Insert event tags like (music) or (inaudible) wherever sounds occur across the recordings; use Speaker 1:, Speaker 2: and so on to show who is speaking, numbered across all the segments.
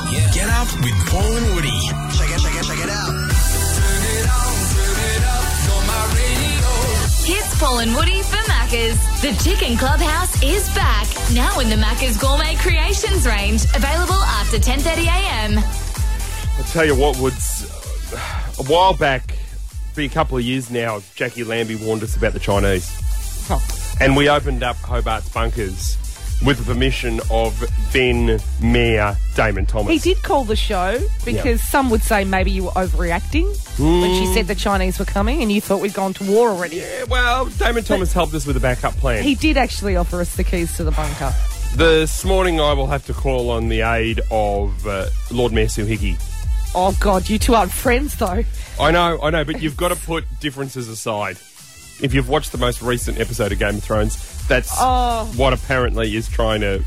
Speaker 1: off with Paul and Woody.
Speaker 2: Check it, check it, check it out.
Speaker 3: It's Paul and Woody for Maccas. The Chicken Clubhouse is back, now in the Maccas Gourmet Creations range, available after 10.30am.
Speaker 4: I'll tell you what, Woods. A while back, be a couple of years now, Jackie Lambie warned us about the Chinese. And we opened up Hobart's bunkers with the permission of then Mayor Damon Thomas.
Speaker 5: He did call the show because some would say maybe you were overreacting when she said the
Speaker 4: Hmm.
Speaker 5: Chinese were coming and you thought we'd gone to war already.
Speaker 4: Yeah, well, Damon Thomas helped us with a backup plan.
Speaker 5: He did actually offer us the keys to the bunker.
Speaker 4: this morning, I will have to call on the aid of uh, Lord Mayor Suhigi.
Speaker 5: Oh God, you two aren't friends though.
Speaker 4: I know, I know, but you've got to put differences aside. If you've watched the most recent episode of Game of Thrones, that's
Speaker 5: Oh.
Speaker 4: what apparently is trying to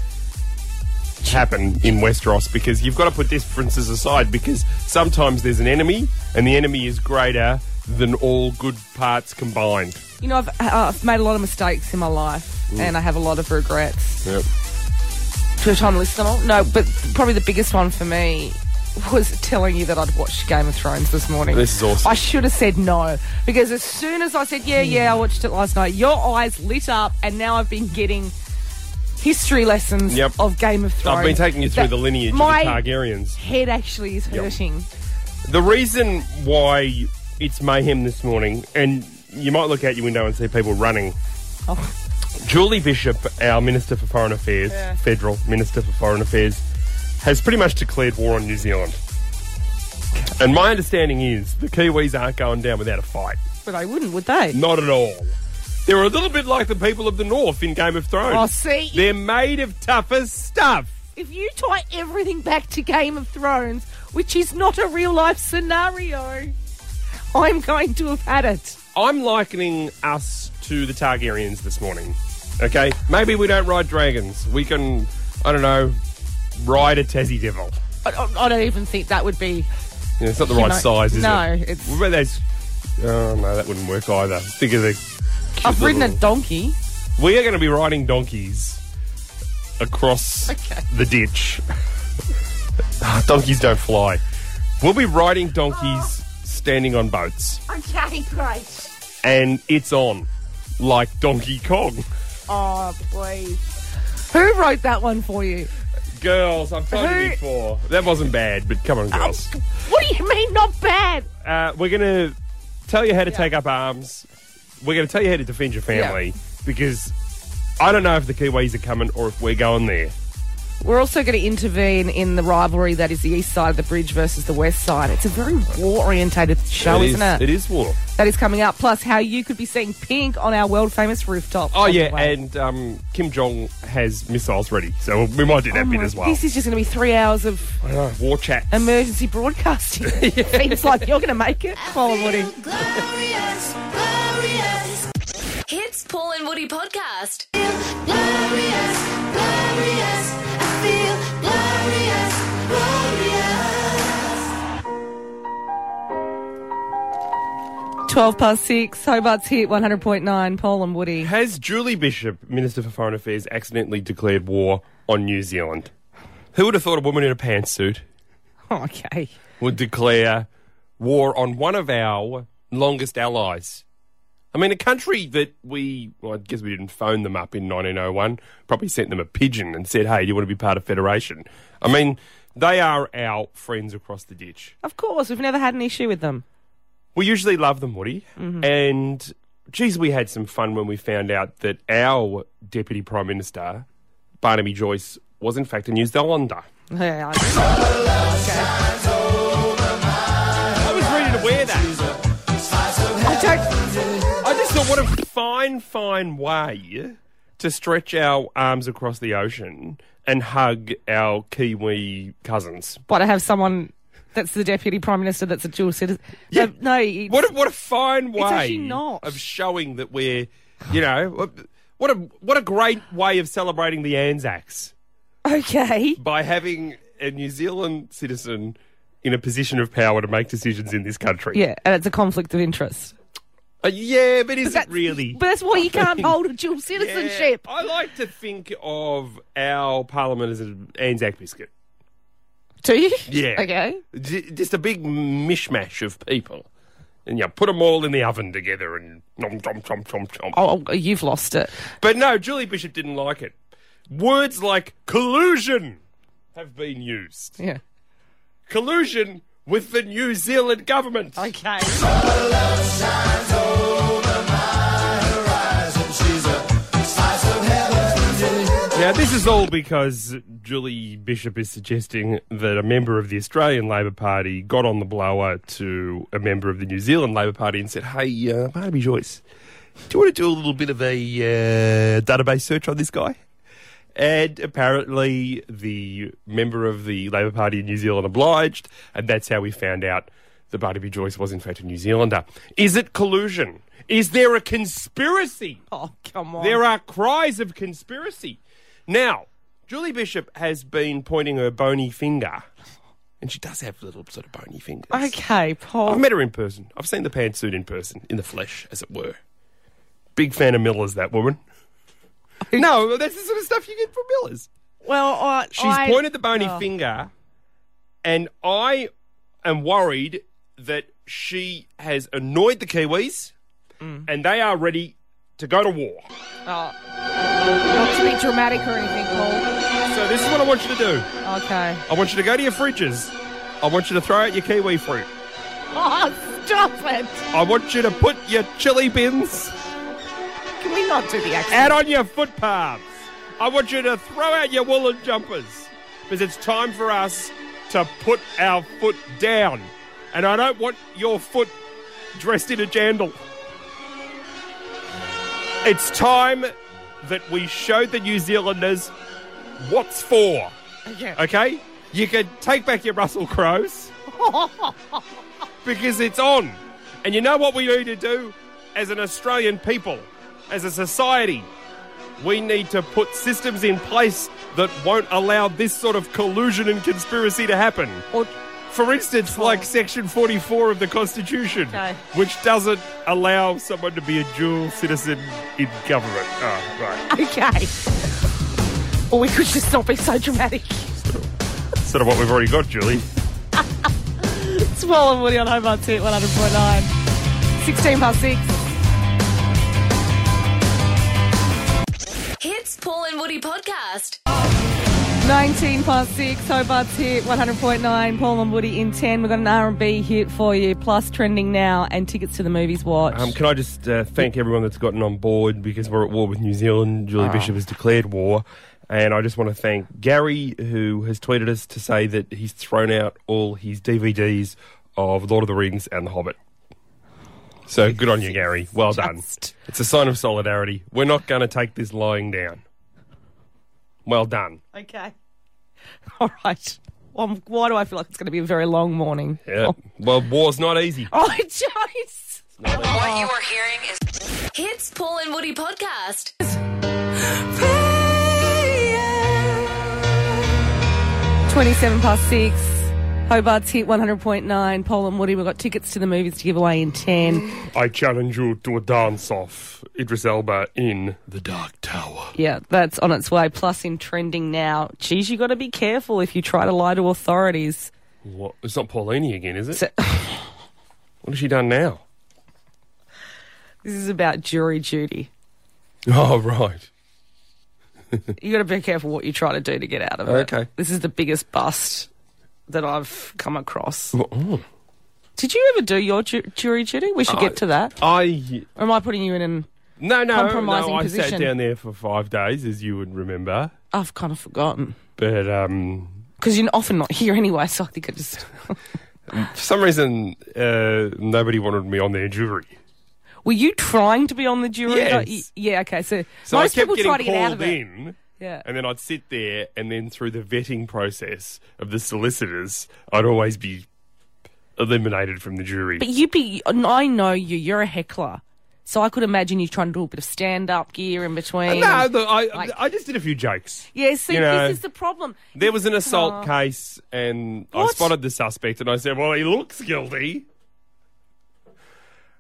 Speaker 4: happen in Westeros because you've got to put differences aside because sometimes there's an enemy and the enemy is greater than all good parts combined.
Speaker 5: You know, I've, uh, I've made a lot of mistakes in my life
Speaker 4: Hmm.
Speaker 5: and I have a lot of regrets.
Speaker 4: Yep.
Speaker 5: To a time listener, no, but probably the biggest one for me was telling you that I'd watched Game of Thrones this morning.
Speaker 4: This is awesome.
Speaker 5: I should have said no because as soon as I said yeah, yeah, I watched it last night, your eyes lit up, and now I've been getting history lessons
Speaker 4: Yep.
Speaker 5: of Game of Thrones.
Speaker 4: I've been taking you through
Speaker 5: That
Speaker 4: the lineage
Speaker 5: my
Speaker 4: of the Targaryens.
Speaker 5: Head actually is hurting.
Speaker 4: The reason why it's mayhem this morning, and you might look out your window and see people running.
Speaker 5: Oh.
Speaker 4: Julie Bishop, our Minister for Foreign Affairs,
Speaker 5: Yeah.
Speaker 4: Federal Minister for Foreign Affairs, has pretty much declared war on New Zealand. And my understanding is the Kiwis aren't going down without a fight.
Speaker 5: But I wouldn't, would they?
Speaker 4: Not at all. They're a little bit like the people of the North in Game of Thrones.
Speaker 5: Oh, see,
Speaker 4: They're made of tougher stuff.
Speaker 5: if you tie everything back to Game of Thrones, which is not a real life scenario, I'm going to have had it.
Speaker 4: I'm likening us to the Targaryens this morning. Okay, maybe we don't ride dragons. We can, I don't know, ride a Tassie Devil.
Speaker 5: I, I- I don't even think that would be.
Speaker 4: Yeah, it's not the right
Speaker 5: know,
Speaker 4: size, is
Speaker 5: no,
Speaker 4: it?
Speaker 5: it's-
Speaker 4: What about those? Oh no, that wouldn't work either. Think of the.
Speaker 5: I've ridden a
Speaker 4: little-
Speaker 5: donkey.
Speaker 4: We are going to be riding donkeys across
Speaker 5: Okay.
Speaker 4: the ditch. (laughs) Ah, donkeys don't fly. We'll be riding donkeys standing on boats,
Speaker 5: Okay, great.
Speaker 4: and it's on like Donkey Kong. (laughs)
Speaker 5: Oh, please. Who wrote that one for you?
Speaker 4: Girls, I've told you
Speaker 5: Who-
Speaker 4: before. That wasn't bad, but come on, girls.
Speaker 5: What do (laughs) you mean, not bad?
Speaker 4: Uh, we're going to tell you how to take up arms. We're going to tell you how to defend your family because I don't know if the Kiwis are coming or if we're going there.
Speaker 5: We're also going to intervene in the rivalry that is the east side of the bridge versus the west side. It's a very war orientated show,
Speaker 4: is-
Speaker 5: is, not
Speaker 4: It is war.
Speaker 5: That is coming up. Plus, how you could be seeing pink on our world famous rooftop.
Speaker 4: Oh,
Speaker 5: on the
Speaker 4: yeah,
Speaker 5: way.
Speaker 4: and um, Kim Jong has missiles ready, so we might do that
Speaker 5: Oh
Speaker 4: bit
Speaker 5: my-
Speaker 4: as well.
Speaker 5: This is just going to be three hours of
Speaker 4: I know, war chat.
Speaker 5: emergency broadcasting.
Speaker 4: (laughs)
Speaker 5: (laughs) Seems like you're going to make it, Paul and Woody.
Speaker 6: Glorious, glorious,
Speaker 3: Hits Paul and Woody podcast.
Speaker 6: glorious, glorious. I feel glorious, glorious.
Speaker 5: 12 past six, Hobart's hit 100.9, Paul and Woody.
Speaker 4: Has Julie Bishop, Minister for Foreign Affairs, accidentally declared war on New Zealand? Who would have thought a woman in a pantsuit
Speaker 5: Oh, Okay.
Speaker 4: would declare war on one of our longest allies. I mean, a country that we, well, I guess we didn't phone them up in 1901, probably sent them a pigeon and said, hey, do you want to be part of Federation? I mean, they are our friends across the ditch.
Speaker 5: Of course, we've never had an issue with them. Mm-hmm.
Speaker 4: We usually love them, Woody. And, geez, we had some fun when we found out that our Deputy Prime Minister, Barnaby Joyce, was in fact a New Zealander.
Speaker 5: Yeah, I-
Speaker 4: I was ready to wear that.
Speaker 5: I don't-
Speaker 4: I just thought, what a fine, fine way to stretch our arms across the ocean and hug our Kiwi cousins.
Speaker 5: But I have someone that's the deputy prime minister that's a dual citizen.
Speaker 4: Yeah.
Speaker 5: No, no, it's-
Speaker 4: What a, what a fine way
Speaker 5: actually not.
Speaker 4: of showing that we're, you know, what- what a what a great way of celebrating the Anzacs
Speaker 5: okay.
Speaker 4: by having a New Zealand citizen in a position of power to make decisions in this country.
Speaker 5: Yeah, and it's a conflict of interest.
Speaker 4: Uh, yeah, but is it
Speaker 5: That's-
Speaker 4: really?
Speaker 5: But that's why you can't hold a
Speaker 4: (laughs)
Speaker 5: dual
Speaker 4: Yeah,
Speaker 5: citizenship.
Speaker 4: I like to think of our parliament as an Anzac biscuit.
Speaker 5: Do you?
Speaker 4: Yeah.
Speaker 5: (laughs) Okay.
Speaker 4: J- Just a big mishmash of people. And you put them all in the oven together and nom, nom, nom, nom, nom.
Speaker 5: Oh, oh, you've lost it.
Speaker 4: But no, Julie Bishop didn't like it. Words like collusion have been used.
Speaker 5: Yeah.
Speaker 4: Collusion with the New Zealand government.
Speaker 5: Okay.
Speaker 4: Now, this is all because Julie Bishop is suggesting that a member of the Australian Labor Party got on the blower to a member of the New Zealand Labor Party and said, Hey, uh, Barnaby Joyce, do you want to do a little bit of a uh, database search on this guy? And apparently, the member of the Labor Party in New Zealand obliged, and that's how we found out that Barnaby Joyce was, in fact, a New Zealander. Is it collusion? Is there a conspiracy?
Speaker 5: Oh, come on.
Speaker 4: There are cries of conspiracy. Now, Julie Bishop has been pointing her bony finger, and she does have little sort of bony fingers.
Speaker 5: okay, Paul.
Speaker 4: I've met her in person. I've seen the pantsuit in person, in the flesh, as it were. Big fan of Miller's, that woman. no, that's the sort of stuff you get from Miller's.
Speaker 5: well, I,
Speaker 4: She's
Speaker 5: I-
Speaker 4: pointed the bony
Speaker 5: oh.
Speaker 4: finger, and I am worried that she has annoyed the Kiwis,
Speaker 5: Mm.
Speaker 4: and they are ready to go to war.
Speaker 5: Oh. Not to be dramatic or anything, Paul.
Speaker 4: So this is what I want you to do.
Speaker 5: Okay.
Speaker 4: I want you to go to your fridges. I want you to throw out your kiwi fruit.
Speaker 5: Oh, stop it.
Speaker 4: I want you to put your chili bins
Speaker 5: Can we not do the accent?
Speaker 4: out on your footpaths. I want you to throw out your woolen jumpers because it's time for us to put our foot down. And I don't want your foot dressed in a jandal. It's time that we showed the New Zealanders what's for.
Speaker 5: Okay.
Speaker 4: Okay? You can take back your Russell Crows
Speaker 3: (laughs)
Speaker 4: because it's on. And you know what we need to do as an Australian people, as a society? We need to put systems in place that won't allow this sort of collusion and conspiracy to happen.
Speaker 5: Or-
Speaker 4: For instance, like Section 44 of the Constitution,
Speaker 5: Okay.
Speaker 4: which doesn't allow someone to be a dual citizen in government. Oh, right.
Speaker 5: (laughs) okay. Or we could just not be so dramatic.
Speaker 4: Sort of what we've already got, Julie.
Speaker 5: It's Wall and Woody on Hobart's Hit 100.9. 16 past 6.
Speaker 3: Hits Paul and Woody podcast.
Speaker 5: 19 past 6, Hobart's hit 100.9, Paul and Woody in 10. We've got an R&B hit for you, plus trending now and tickets to the movies watch.
Speaker 4: Um, can I just uh, thank everyone that's gotten on board because we're at war with New Zealand. Julie Bishop has declared war. And I just want to thank Gary, who has tweeted us to say that he's thrown out all his DVDs of Lord of the Rings and The Hobbit. So good on you, Gary. Well done.
Speaker 5: Just-
Speaker 4: It's a sign of solidarity. We're not going to take this lying down. Well done.
Speaker 5: okay. (laughs) All right. Um, why do I feel like it's going to be a very long morning?
Speaker 4: Yeah. Well, war's not easy.
Speaker 5: Oh, (laughs) Joyce!
Speaker 3: What you are hearing is Hits Paul and Woody podcast.
Speaker 5: Praying. 27 past 6. Hobart's hit 100.9. Paul and Woody, we've got tickets to the movies to give away in 10.
Speaker 4: I challenge you to a dance off, Idris Elba in The Dark Tower.
Speaker 5: Yeah, that's on its way. Plus, in trending now. Geez, you got to be careful if you try to lie to authorities.
Speaker 4: What? It's not Paulini again, is it?
Speaker 5: So-
Speaker 4: (laughs) What has she done now?
Speaker 5: This is about jury duty.
Speaker 4: (laughs) Oh, right.
Speaker 5: You got to be careful what you try to do to get out of it.
Speaker 4: Okay.
Speaker 5: This is the biggest bust that I've come across. Did you ever do your ju- jury duty? We should get to that.
Speaker 4: I
Speaker 5: Or am I putting you in an?
Speaker 4: no no
Speaker 5: Compromising
Speaker 4: no. I sat
Speaker 5: position.
Speaker 4: down there for five days, as you would remember.
Speaker 5: I've kind of forgotten
Speaker 4: But um,
Speaker 5: because you're often not here anyway. So I think I just.
Speaker 4: for some reason, uh, nobody wanted me on their jury.
Speaker 5: Were you trying to be on the jury?
Speaker 4: Yes.
Speaker 5: Like, y- yeah. Okay. So,
Speaker 4: So
Speaker 5: most
Speaker 4: I kept
Speaker 5: people
Speaker 4: getting
Speaker 5: try to get out
Speaker 4: called
Speaker 5: of it.
Speaker 4: in.
Speaker 5: Yeah.
Speaker 4: And then I'd sit there, and then through the vetting process of the solicitors, I'd always be eliminated from the jury.
Speaker 5: But you'd be, and I know you, you're a heckler. So I could imagine you trying to do a bit of stand up gear in between.
Speaker 4: Uh, no, look, I,
Speaker 5: Like-
Speaker 4: I just did a few jokes.
Speaker 5: Yeah, see,
Speaker 4: You know.
Speaker 5: this is the problem.
Speaker 4: There was an assault
Speaker 5: Aw.
Speaker 4: case, and I
Speaker 5: What?
Speaker 4: spotted the suspect, and I said, "Well, he looks guilty."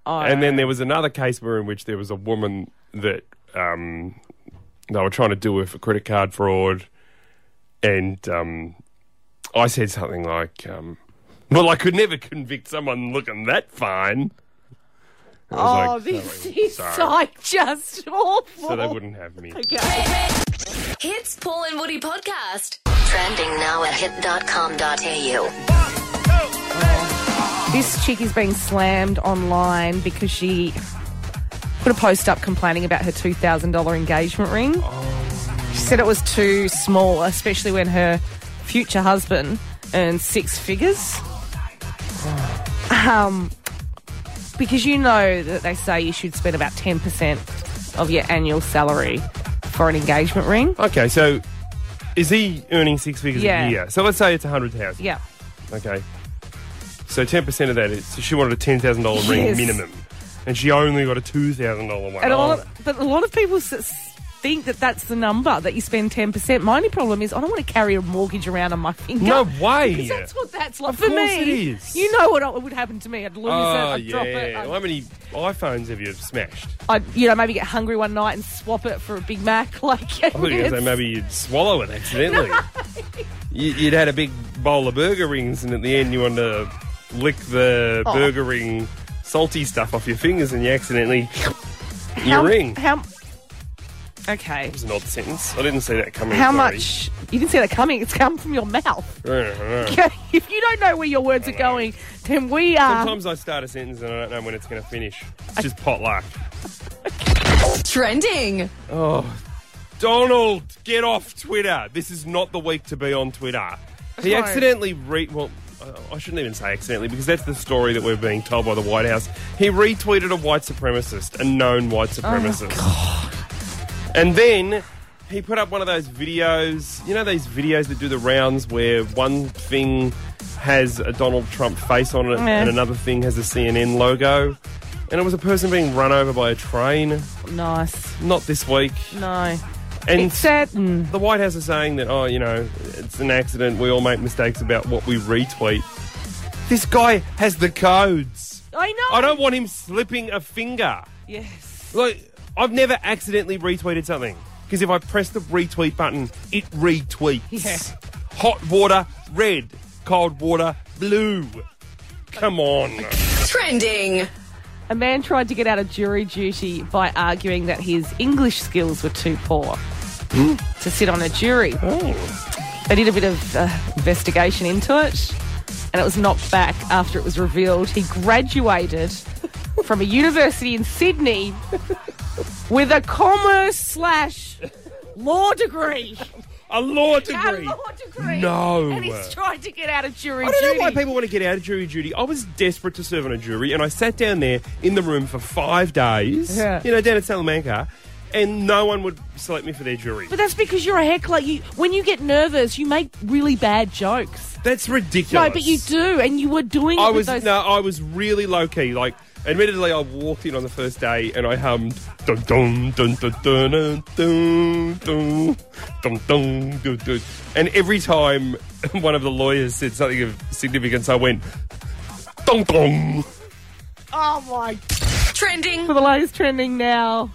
Speaker 5: Oh,
Speaker 4: And then there was another case where in which there was a woman that um, they were trying to do her for credit card fraud, and um, I said something like, um, "Well, I could never convict someone looking that fine." I was
Speaker 5: Oh,
Speaker 4: like,
Speaker 5: this
Speaker 4: "Sorry, (laughs)
Speaker 5: is
Speaker 4: sorry."
Speaker 5: like just awful.
Speaker 4: So they wouldn't have me.
Speaker 3: Hits Paul and Woody podcast.
Speaker 1: Trending now at hit.com.au.
Speaker 5: This chick is being slammed online because she put a post up complaining about her $2,000 engagement ring. She said it was too small, especially when her future husband earns six figures. Um, because you know that they say you should spend about 10% of your annual salary for an engagement ring.
Speaker 4: Okay, so is he earning six figures
Speaker 5: Yeah.
Speaker 4: a year? So let's say it's a hundred thousand.
Speaker 5: Yeah.
Speaker 4: Okay. So ten percent of that is so she wanted a ten thousand dollar ring
Speaker 5: Yes.
Speaker 4: minimum, and she only got a two thousand dollar one.
Speaker 5: And a
Speaker 4: Oh,
Speaker 5: lot of, but a lot of people s- s- think that that's the number that you spend ten percent. My only problem is I don't want to carry a mortgage around on my finger.
Speaker 4: no way.
Speaker 5: because that's what that's like for
Speaker 4: course
Speaker 5: me.
Speaker 4: it is.
Speaker 5: You know what I- would happen to me? I'd lose
Speaker 4: Oh,
Speaker 5: it. I'd
Speaker 4: yeah.
Speaker 5: drop it. I'd,
Speaker 4: How many iPhones have you
Speaker 5: (laughs)
Speaker 4: smashed?
Speaker 5: I'd, you know, maybe get hungry one night and swap it for a Big Mac. (laughs) Like,
Speaker 4: I thought you were going to say maybe you'd swallow it
Speaker 5: (laughs)
Speaker 4: accidentally. You- You'd had a big bowl of burger rings, and at the end you wanted to lick the
Speaker 5: Oh.
Speaker 4: burger ring salty stuff off your fingers, and you accidentally your
Speaker 5: how,
Speaker 4: ring. That
Speaker 5: How? Okay.
Speaker 4: was an odd sentence. I didn't see that coming.
Speaker 5: How
Speaker 4: sorry.
Speaker 5: much? You didn't see that coming. It's come from your mouth. (laughs) if you don't know where your words are going, then we are.
Speaker 4: Sometimes I start a sentence and I don't know when it's going to finish. It's just potluck.
Speaker 3: Trending.
Speaker 4: Oh. Donald, get off Twitter. This is not the week to be on Twitter. He
Speaker 5: Sorry.
Speaker 4: accidentally re well, uh, I- I shouldn't even say accidentally because that's the story that we're being told by the White House. He retweeted a white supremacist, a known white
Speaker 5: Oh,
Speaker 4: supremacist. And then he put up one of those videos, you know those videos that do the rounds where one thing has a Donald Trump face on it
Speaker 5: Yeah.
Speaker 4: and another thing has a CNN logo. And it was a person being run over by a train.
Speaker 5: Nice.
Speaker 4: Not this week.
Speaker 5: No.
Speaker 4: And
Speaker 5: It's sad. Mm.
Speaker 4: the White House is saying that, oh, you know, it's an accident. We all make mistakes about what we retweet. This guy has the codes.
Speaker 5: I know.
Speaker 4: I don't want him slipping a finger.
Speaker 5: Yes.
Speaker 4: Like, I've never accidentally retweeted something because if I press the retweet button, it retweets. Hot water, red. Cold water, blue. Come on.
Speaker 3: Trending.
Speaker 5: A man tried to get out of jury duty by arguing that his English skills were too poor to sit on a jury. They did a bit of uh, investigation into it, and it was knocked back after it was revealed he graduated from a university in Sydney with a commerce slash law degree.
Speaker 4: A law
Speaker 5: A
Speaker 4: degree.
Speaker 5: law degree.
Speaker 4: No.
Speaker 5: And he's tried to get out of jury
Speaker 4: I don't
Speaker 5: duty.
Speaker 4: know why people want to get out of jury duty. I was desperate to serve on a jury, and I sat down there in the room for five days.
Speaker 5: Yeah.
Speaker 4: You know, down at Salamanca, and no one would select me for their jury.
Speaker 5: But that's because you're a heckler. You, when you get nervous, you make really bad jokes.
Speaker 4: That's ridiculous.
Speaker 5: No, but you do, and you were doing it
Speaker 4: I
Speaker 5: with
Speaker 4: was
Speaker 5: those.
Speaker 4: no, I was really low key. Like, admittedly, I walked in on the first day and I hummed dun dun dun dun dun dun dun dun dun dun dun dun, and every time (laughs) one of the lawyers said something of significance, I went dun dun.
Speaker 5: Oh my!
Speaker 3: Trending.
Speaker 5: For the latest trending now,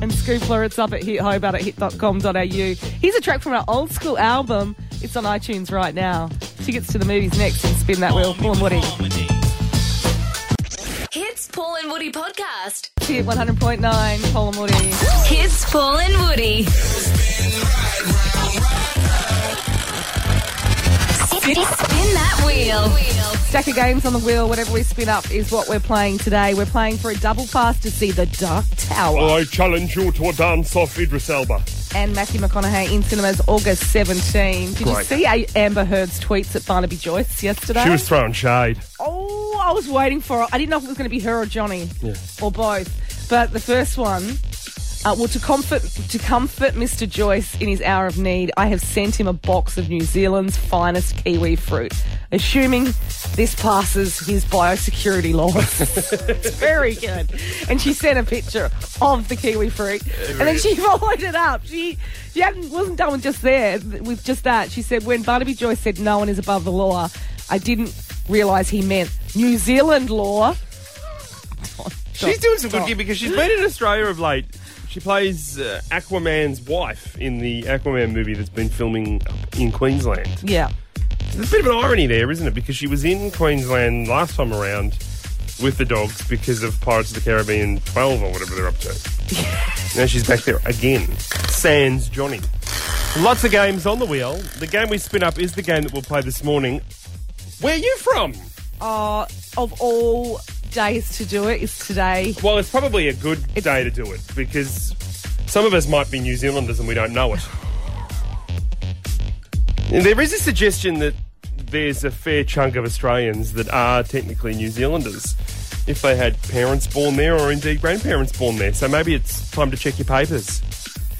Speaker 5: and Scoopler, it's up at hit hobart at hit.com.au. Here's a track from our old school album. It's on iTunes right now. Tickets to the movies next, and spin that wheel. Paul and Woody.
Speaker 3: Hits Paul and Woody podcast.
Speaker 5: Hit 100.9. Paul and Woody.
Speaker 3: Hits Paul and Woody. Spin that wheel.
Speaker 5: Stack of games on the wheel. Whatever we spin up is what we're playing today. We're playing for a double pass to see the Dark Tower.
Speaker 4: I challenge you to a dance off, Idris Elba.
Speaker 5: and Matthew McConaughey in cinemas August 17. Did you
Speaker 4: Great.
Speaker 5: see A- Amber Heard's tweets at Barnaby Joyce yesterday?
Speaker 4: She was throwing shade.
Speaker 5: oh, I was waiting for her. I didn't know if it was going to be her or Johnny or both. But the first one, uh, well, to comfort to comfort Mr. Joyce in his hour of need, I have sent him a box of New Zealand's finest kiwi fruit, assuming this passes his biosecurity laws. it's very good. And she sent a picture of the kiwi fruit, and then she (laughs) followed it up. She she hadn't, wasn't done with just there with just that. She said when Barnaby Joyce said no one is above the law, I didn't realise he meant New Zealand law.
Speaker 4: She's doing some good gear because she's been in Australia of late. She plays uh, Aquaman's wife in the Aquaman movie that's been filming up in Queensland.
Speaker 5: Yeah.
Speaker 4: There's a bit of an irony there, isn't it? Because she was in Queensland last time around with the dogs because of Pirates of the Caribbean 12 or whatever they're up to. now she's back there again. Sans Johnny. Lots of games on the wheel. The game we spin up is the game that we'll play this morning. Where are you from?
Speaker 5: Uh, of all days to do it is today.
Speaker 4: Well, it's probably a good day to do it because some of us might be New Zealanders and we don't know it. And (laughs) there is a suggestion that there's a fair chunk of Australians that are technically New Zealanders if they had parents born there or indeed grandparents born there. So maybe it's time to check your papers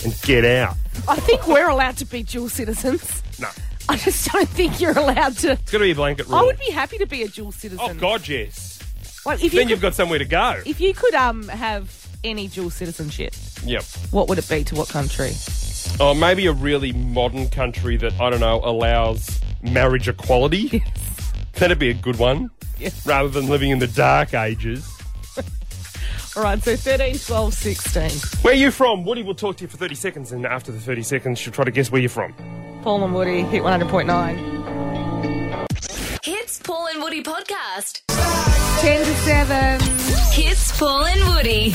Speaker 4: and get out.
Speaker 5: I think we're allowed to be dual citizens. (laughs)
Speaker 4: No.
Speaker 5: I just don't think you're allowed to.
Speaker 4: It's going to be a blanket rule.
Speaker 5: I would be happy to be a dual citizen.
Speaker 4: oh, God, yes.
Speaker 5: Like, if you
Speaker 4: Then
Speaker 5: could,
Speaker 4: you've got somewhere to go.
Speaker 5: if you could um have any dual citizenship,
Speaker 4: Yep.
Speaker 5: what would it be? To what country?
Speaker 4: Or Oh, maybe a really modern country that, I don't know, allows marriage equality. That'd be a good one.
Speaker 5: Yes.
Speaker 4: Rather than living in the dark ages.
Speaker 5: All right, so 13, 12, 16.
Speaker 4: Where are you from? Woody will talk to you for 30 seconds, and after the 30 seconds, she'll try to guess where you're from.
Speaker 5: Paul and Woody hit 100.9.
Speaker 3: Hits Paul and Woody podcast.
Speaker 5: 10 to 7.
Speaker 3: Hits Paul and Woody.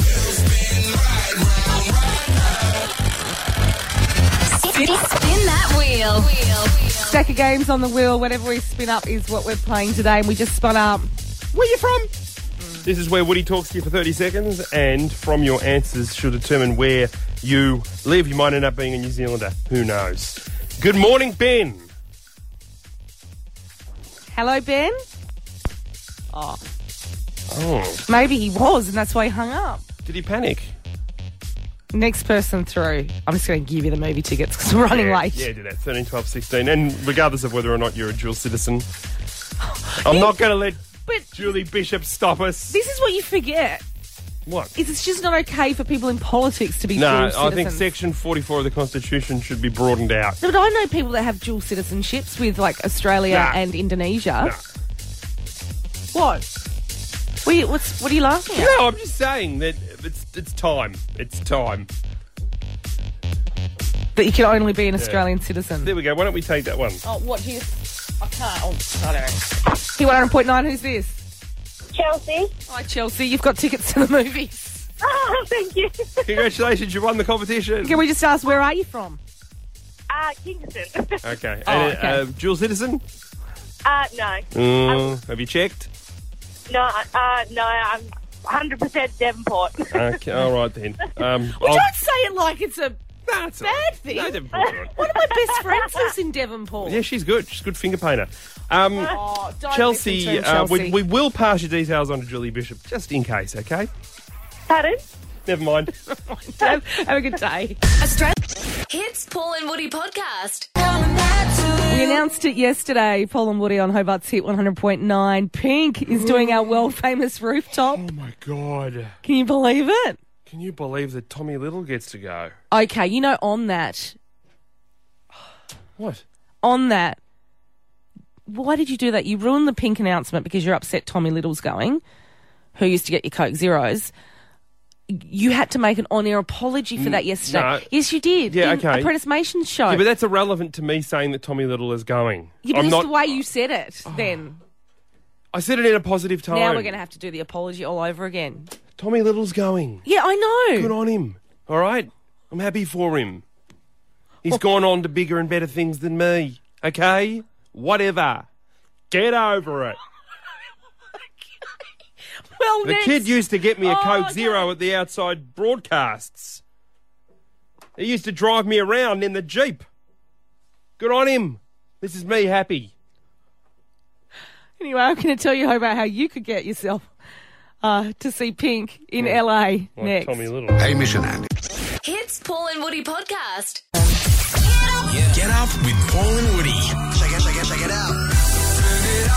Speaker 3: Spin that wheel.
Speaker 5: Stack of games on the wheel. Whatever we spin up is what we're playing today, and we just spun up.
Speaker 4: Where you from? This is where Woody talks to you for 30 seconds, and from your answers, she'll determine where you live. You might end up being a New Zealander. Who knows? Good morning, Ben.
Speaker 5: Hello, Ben.
Speaker 4: Ah. Oh,
Speaker 5: Maybe he was, and that's why he hung up.
Speaker 4: did he panic?
Speaker 5: Next person through. I'm just going to give you the movie tickets because we're running
Speaker 4: yeah,
Speaker 5: late.
Speaker 4: Yeah, do that. 13, 12, 16. And regardless of whether or not you're a dual citizen, I'm not going to let
Speaker 5: But
Speaker 4: Julie Bishop stop us.
Speaker 5: this is what you forget.
Speaker 4: what?
Speaker 5: Is it's just not okay for people in politics to be
Speaker 4: No,
Speaker 5: dual
Speaker 4: I think
Speaker 5: citizens.
Speaker 4: Section 44 of the Constitution should be broadened out.
Speaker 5: No, but I know people that have dual citizenships with like Australia
Speaker 4: Nah.
Speaker 5: and Indonesia.
Speaker 4: No.
Speaker 5: What? What are, you, what's, what are you laughing at?
Speaker 4: No, I'm just saying that it's it's time. It's time.
Speaker 5: That you can only be an Australian citizen.
Speaker 4: There we go. Why don't we take that one?
Speaker 5: Oh, what do you? I can't. Oh, I don't know. He one hundred point nine. Who's this?
Speaker 7: Chelsea.
Speaker 5: Hi, Chelsea. You've got tickets to the movies.
Speaker 7: Oh, thank you.
Speaker 4: Congratulations, you won the competition.
Speaker 5: (laughs) Can we just ask where are you from?
Speaker 7: Uh, Kingston. (laughs)
Speaker 4: Okay.
Speaker 5: Oh,
Speaker 4: And,
Speaker 5: okay. Um,
Speaker 4: Uh, dual citizen?
Speaker 7: uh, no.
Speaker 4: Mm, have you checked?
Speaker 7: No, uh, no, I'm 100% Devonport. (laughs)
Speaker 4: Okay. All right then.
Speaker 5: (laughs)
Speaker 4: Um, I'll-
Speaker 5: Don't say it like it's a.
Speaker 4: Nah, it's all
Speaker 5: bad
Speaker 4: right.
Speaker 5: thing.
Speaker 4: No, they're all right.
Speaker 5: (laughs) One of my best friends lives in Devonport.
Speaker 4: Oh, yeah, she's good. She's a good finger painter. Um,
Speaker 5: Oh, don't
Speaker 4: Chelsea,
Speaker 5: listen to him,
Speaker 4: Uh,
Speaker 5: Chelsea.
Speaker 4: we, we will pass your details on to Julie Bishop just in case, okay?
Speaker 7: Pardon?
Speaker 4: Never (laughs) mind.
Speaker 5: have, have a good day.
Speaker 3: Hits Paul and Woody podcast.
Speaker 5: We announced it yesterday. Paul and Woody on Hobart's hit 100.9. Pink is doing our world famous rooftop.
Speaker 4: oh my God.
Speaker 5: Can you believe it?
Speaker 4: Can you believe that Tommy Little gets to go?
Speaker 5: Okay, you know, on that,
Speaker 4: What?
Speaker 5: on that, why did you do that? You ruined the pink announcement because you're upset Tommy Little's going, who used to get your Coke Zeros. You had to make an on air apology for that yesterday.
Speaker 4: no.
Speaker 5: Yes, you did.
Speaker 4: Yeah,
Speaker 5: in
Speaker 4: okay.
Speaker 5: Apprentice Mason's show.
Speaker 4: Yeah, but that's irrelevant to me saying that Tommy Little is going.
Speaker 5: Yeah, but
Speaker 4: I'm
Speaker 5: it's
Speaker 4: not. Oh,
Speaker 5: the way you said it then.
Speaker 4: I said it in a positive tone.
Speaker 5: Now we're going to have to do the apology all over again.
Speaker 4: Tommy Little's going.
Speaker 5: Yeah, I know.
Speaker 4: Good on him. All right, I'm happy for him. He's gone on to bigger and better things than me. Okay, whatever. Get over it.
Speaker 5: Well,
Speaker 4: The
Speaker 5: Oh, next-
Speaker 4: kid used to get me a
Speaker 5: Oh,
Speaker 4: Coke
Speaker 5: okay.
Speaker 4: Zero at the outside broadcasts. He used to drive me around in the Jeep. Good on him. This is me happy.
Speaker 5: Anyway, I'm going to tell you about how you could get yourself uh, to see Pink in LA
Speaker 4: Like
Speaker 5: next.
Speaker 4: Tommy Little.
Speaker 2: Hamish and Andy.
Speaker 3: Hits Paul and Woody podcast.
Speaker 2: Get up with Paul and Woody. Check it, check it, check it out.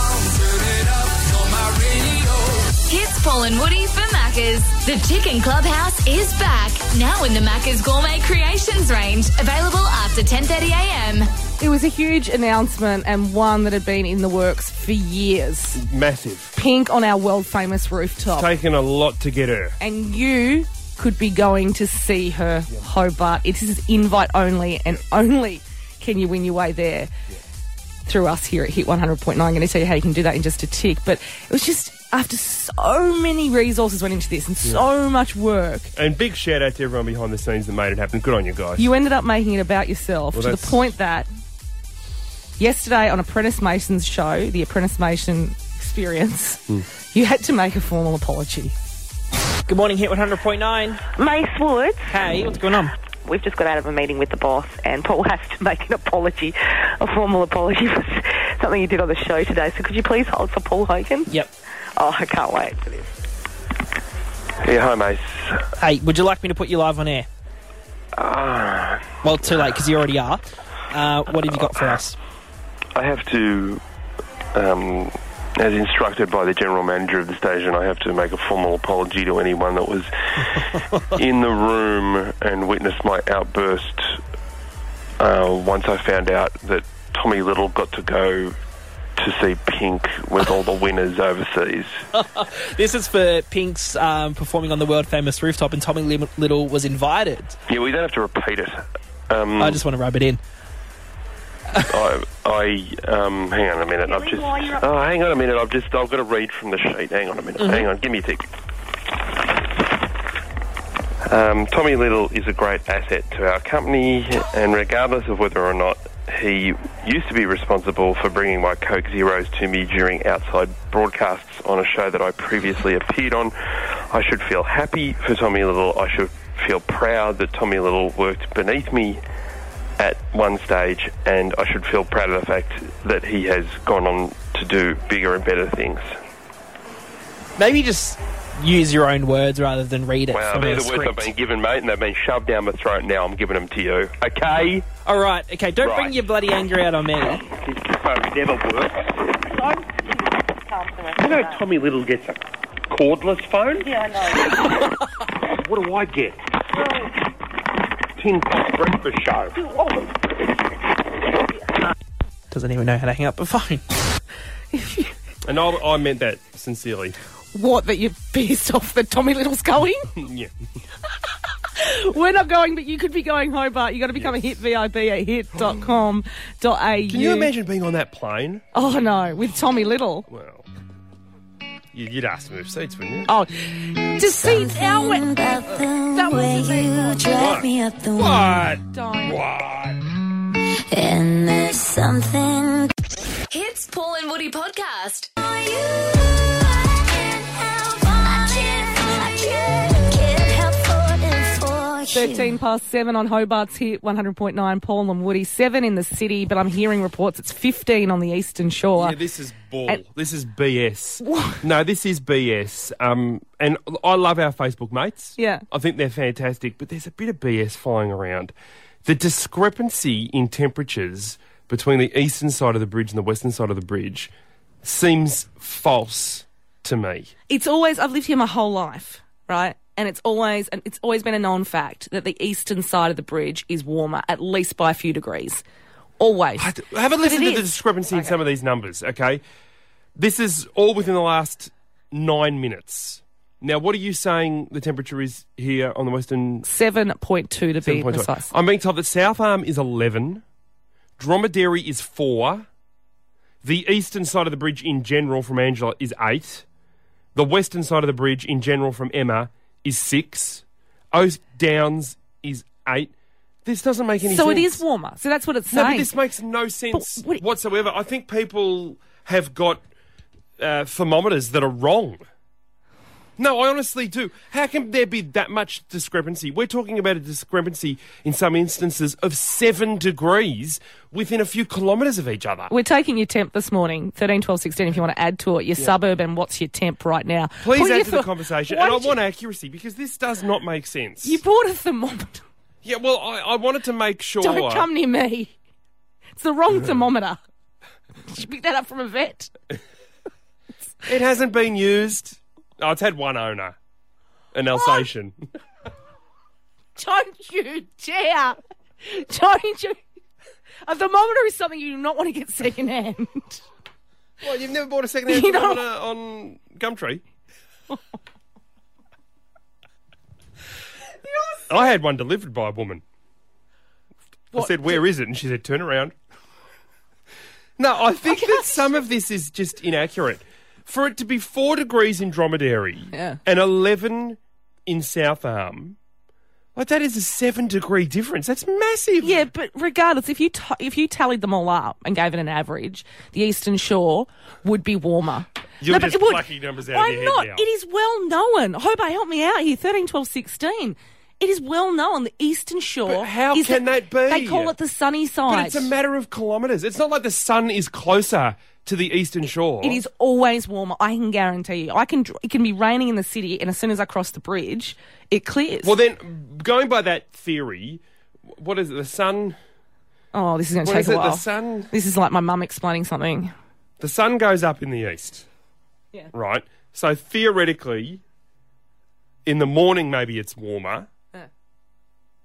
Speaker 3: Hits Paul and Woody for Maccas. The Chicken Clubhouse is back. Now in the Maccas Gourmet Creations range. Available after 10.30am.
Speaker 5: It was a huge announcement and one that had been in the works for years.
Speaker 4: Massive.
Speaker 5: Pink on our world famous rooftop.
Speaker 4: Taken a lot to get her.
Speaker 5: and you could be going to see her Hobart. It is invite only and only can you win your way there. through us here at Hit 100.9. I'm going to tell you how you can do that in just a tick. But it was just after so many resources went into this and so much work,
Speaker 4: And big shout out to everyone behind the scenes that made it happen. Good on you guys.
Speaker 5: you ended up making it about yourself to the
Speaker 4: that's-
Speaker 5: point that yesterday on Apprentice Mason's show, the Apprentice Mason experience, you had to make a formal apology.
Speaker 8: Good morning, Hit 100.9.
Speaker 9: Mace Woods,
Speaker 8: Hey, what's going on?
Speaker 9: we've just got out of a meeting with the boss, and Paul (laughs) has to make an apology, a formal apology for s- something he did on the show today. So could you please hold for Paul Hogan?
Speaker 8: Yep.
Speaker 9: Oh, I can't wait for this.
Speaker 10: Yeah, hi, mate.
Speaker 8: Hey, would you like me to put you live on air? well, too late because you already are. Uh, what have you got for us? (laughs)
Speaker 10: I have to, um, as instructed by the general manager of the station, I have to make a formal apology to anyone
Speaker 8: (laughs)
Speaker 10: that was in the room and witnessed my outburst uh, once I found out that Tommy Little got to go to see Pink with all
Speaker 8: (laughs)
Speaker 10: the winners overseas.
Speaker 8: This is for Pink's um, performing on the world famous rooftop, and Tommy Lim- Little was invited.
Speaker 10: Yeah, we don't have to repeat it.
Speaker 4: Hmm.
Speaker 10: Um,
Speaker 8: I just want to rub it in.
Speaker 10: I, I um, hang on a minute. I've just. Oh, hang on a minute. I've just. I've got to read from the sheet. Hang on a minute. Hang on. Give me a tick. Um, Tommy Little is a great asset to our company, and regardless of whether or not he used to be responsible for bringing my Coke Zeros to me during outside broadcasts on a show that I previously appeared on, I should feel happy for Tommy Little. I should feel proud that Tommy Little worked beneath me at one stage, and I should feel proud of the fact that he has gone on to do bigger and better things.
Speaker 8: Maybe just use your own words rather than read it
Speaker 10: Wow,
Speaker 8: from
Speaker 10: they're
Speaker 8: a
Speaker 10: the words I've
Speaker 8: script.
Speaker 10: been given, mate, and they've been shoved down my throat. Now I'm giving them to you. Okay?
Speaker 8: All right, okay, don't bring
Speaker 10: Right.
Speaker 8: your bloody anger out on me.
Speaker 10: This phone never works. You know, Tommy Little gets a cordless phone. Yeah, I know. what do I get? Tin pot breakfast show.
Speaker 8: Doesn't even know how to hang up a phone.
Speaker 4: And I, I meant that sincerely. (laughs)
Speaker 5: What, that you're pissed off that Tommy Little's going?
Speaker 4: Yeah.
Speaker 5: We're not going, but you could be going Hobart. you got to become a hit VIP at hit.com.au.
Speaker 4: Can you imagine being on that plane?
Speaker 5: Oh, no, with Tommy Little.
Speaker 4: Well, you- you'd ask to move seats, wouldn't you?
Speaker 5: Oh, to see our way. That was the
Speaker 6: You drive me up the wall.
Speaker 4: What?
Speaker 5: Don't.
Speaker 4: What?
Speaker 6: And there's something
Speaker 3: Hits Paul and Woody podcast.
Speaker 6: for you. I can't help, I can't, I can't, can't help falling for you.
Speaker 5: 13 past 7 on Hobart's hit 100.9, Paul and Woody. 7 in the city, but I'm hearing reports it's 15 on the eastern shore.
Speaker 4: Yeah, this is bull.
Speaker 5: And-
Speaker 4: this is BS. No, this is BS. Um, and I love our Facebook mates.
Speaker 5: Yeah.
Speaker 4: I think they're fantastic, but there's a bit of BS flying around. The discrepancy in temperatures between the eastern side of the bridge and the western side of the bridge seems false to me.
Speaker 5: It's always, I've lived here my whole life, right? And it's always, and it's always been a known fact that the eastern side of the bridge is warmer, at least by a few degrees. Always.
Speaker 4: I d- Have a listen to
Speaker 5: it
Speaker 4: the
Speaker 5: is.
Speaker 4: discrepancy in some of these numbers, okay? This is all within the last nine minutes. Now, what are you saying the temperature is here on the western
Speaker 5: 7.2 to be
Speaker 4: 7.2.
Speaker 5: precise.
Speaker 4: I'm being told that South Arm is 11, Dromedary is 4, the eastern side of the bridge in general from Angela is 8, the western side of the bridge in general from Emma is 6, Oak Downs is 8. This doesn't make any sense.
Speaker 5: So it is warmer. So that's what it's
Speaker 4: No,
Speaker 5: saying.
Speaker 4: but this makes no sense
Speaker 5: But what-
Speaker 4: whatsoever. I think people have got uh, thermometers that are wrong. No, I honestly do. How can there be that much discrepancy? We're talking about a discrepancy in some instances of seven degrees within a few kilometres of each other.
Speaker 5: We're taking your temp this morning, 13, 12, 16, if you want to add to it, your suburb and what's your temp right now.
Speaker 4: Please
Speaker 5: Put your
Speaker 4: add to the
Speaker 5: ther-
Speaker 4: conversation,
Speaker 5: Why
Speaker 4: and I
Speaker 5: did you-
Speaker 4: want accuracy because this does not make sense.
Speaker 5: You bought a thermometer.
Speaker 4: yeah, well, I, I wanted to make sure.
Speaker 5: Don't come near me. It's the wrong thermometer. Did you pick that up from a vet?
Speaker 4: It hasn't been used. Oh, it's had one owner, an Alsatian.
Speaker 5: Don't you dare. Don't you. A thermometer is something you do not want to get secondhand. (laughs)
Speaker 4: Well, you've never bought a second-hand
Speaker 5: You know-
Speaker 4: thermometer on
Speaker 5: (laughs)
Speaker 4: Gumtree. I had one delivered by a woman. I said, "Where is it?" And she said, "Turn around." No,
Speaker 5: (laughs)
Speaker 4: I think that some of this is just inaccurate. For it to be four degrees in Dromedary
Speaker 5: Yeah.
Speaker 4: and 11 in Southarm, like that is a seven degree difference. That's massive.
Speaker 5: Yeah, but regardless, if you t- if you tallied them all up and gave it an average, the Eastern Shore would be warmer.
Speaker 4: You're
Speaker 5: but
Speaker 4: just
Speaker 5: it would-
Speaker 4: plucking numbers out of
Speaker 5: I'm
Speaker 4: your head
Speaker 5: not.
Speaker 4: now.
Speaker 5: It is well known. Hobart, help me out here. 13, 12, 16. It is well known the Eastern Shore.
Speaker 4: But how
Speaker 5: is
Speaker 4: can
Speaker 5: the-
Speaker 4: that be?
Speaker 5: They call it the sunny side.
Speaker 4: But it's a matter of kilometres. It's not like the sun is closer to the eastern shore.
Speaker 5: It is always warmer. I can guarantee you. I can. dr- It can be raining in the city, and as soon as I cross the bridge, it clears.
Speaker 4: Well, then, going by that theory, what is it? The sun.
Speaker 5: oh, this is going to
Speaker 4: What
Speaker 5: take
Speaker 4: is
Speaker 5: a
Speaker 4: it?
Speaker 5: while.
Speaker 4: The sun.
Speaker 5: This is like my mum explaining something.
Speaker 4: The sun goes up in the east.
Speaker 5: Yeah.
Speaker 4: Right. So theoretically, in the morning maybe it's warmer,
Speaker 5: Yeah.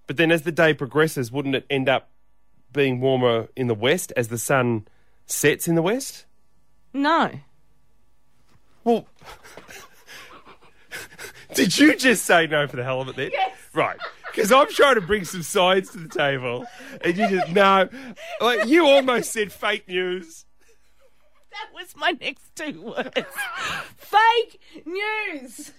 Speaker 4: but then as the day progresses, wouldn't it end up being warmer in the west as the sun sets in the west?
Speaker 5: No.
Speaker 4: Well, (laughs) did you just say no for the hell of it then? Yes. Right. Because I'm trying to bring some science to the table, and you just no. Like you almost said fake news.
Speaker 5: That was my next two words. (laughs) Fake news.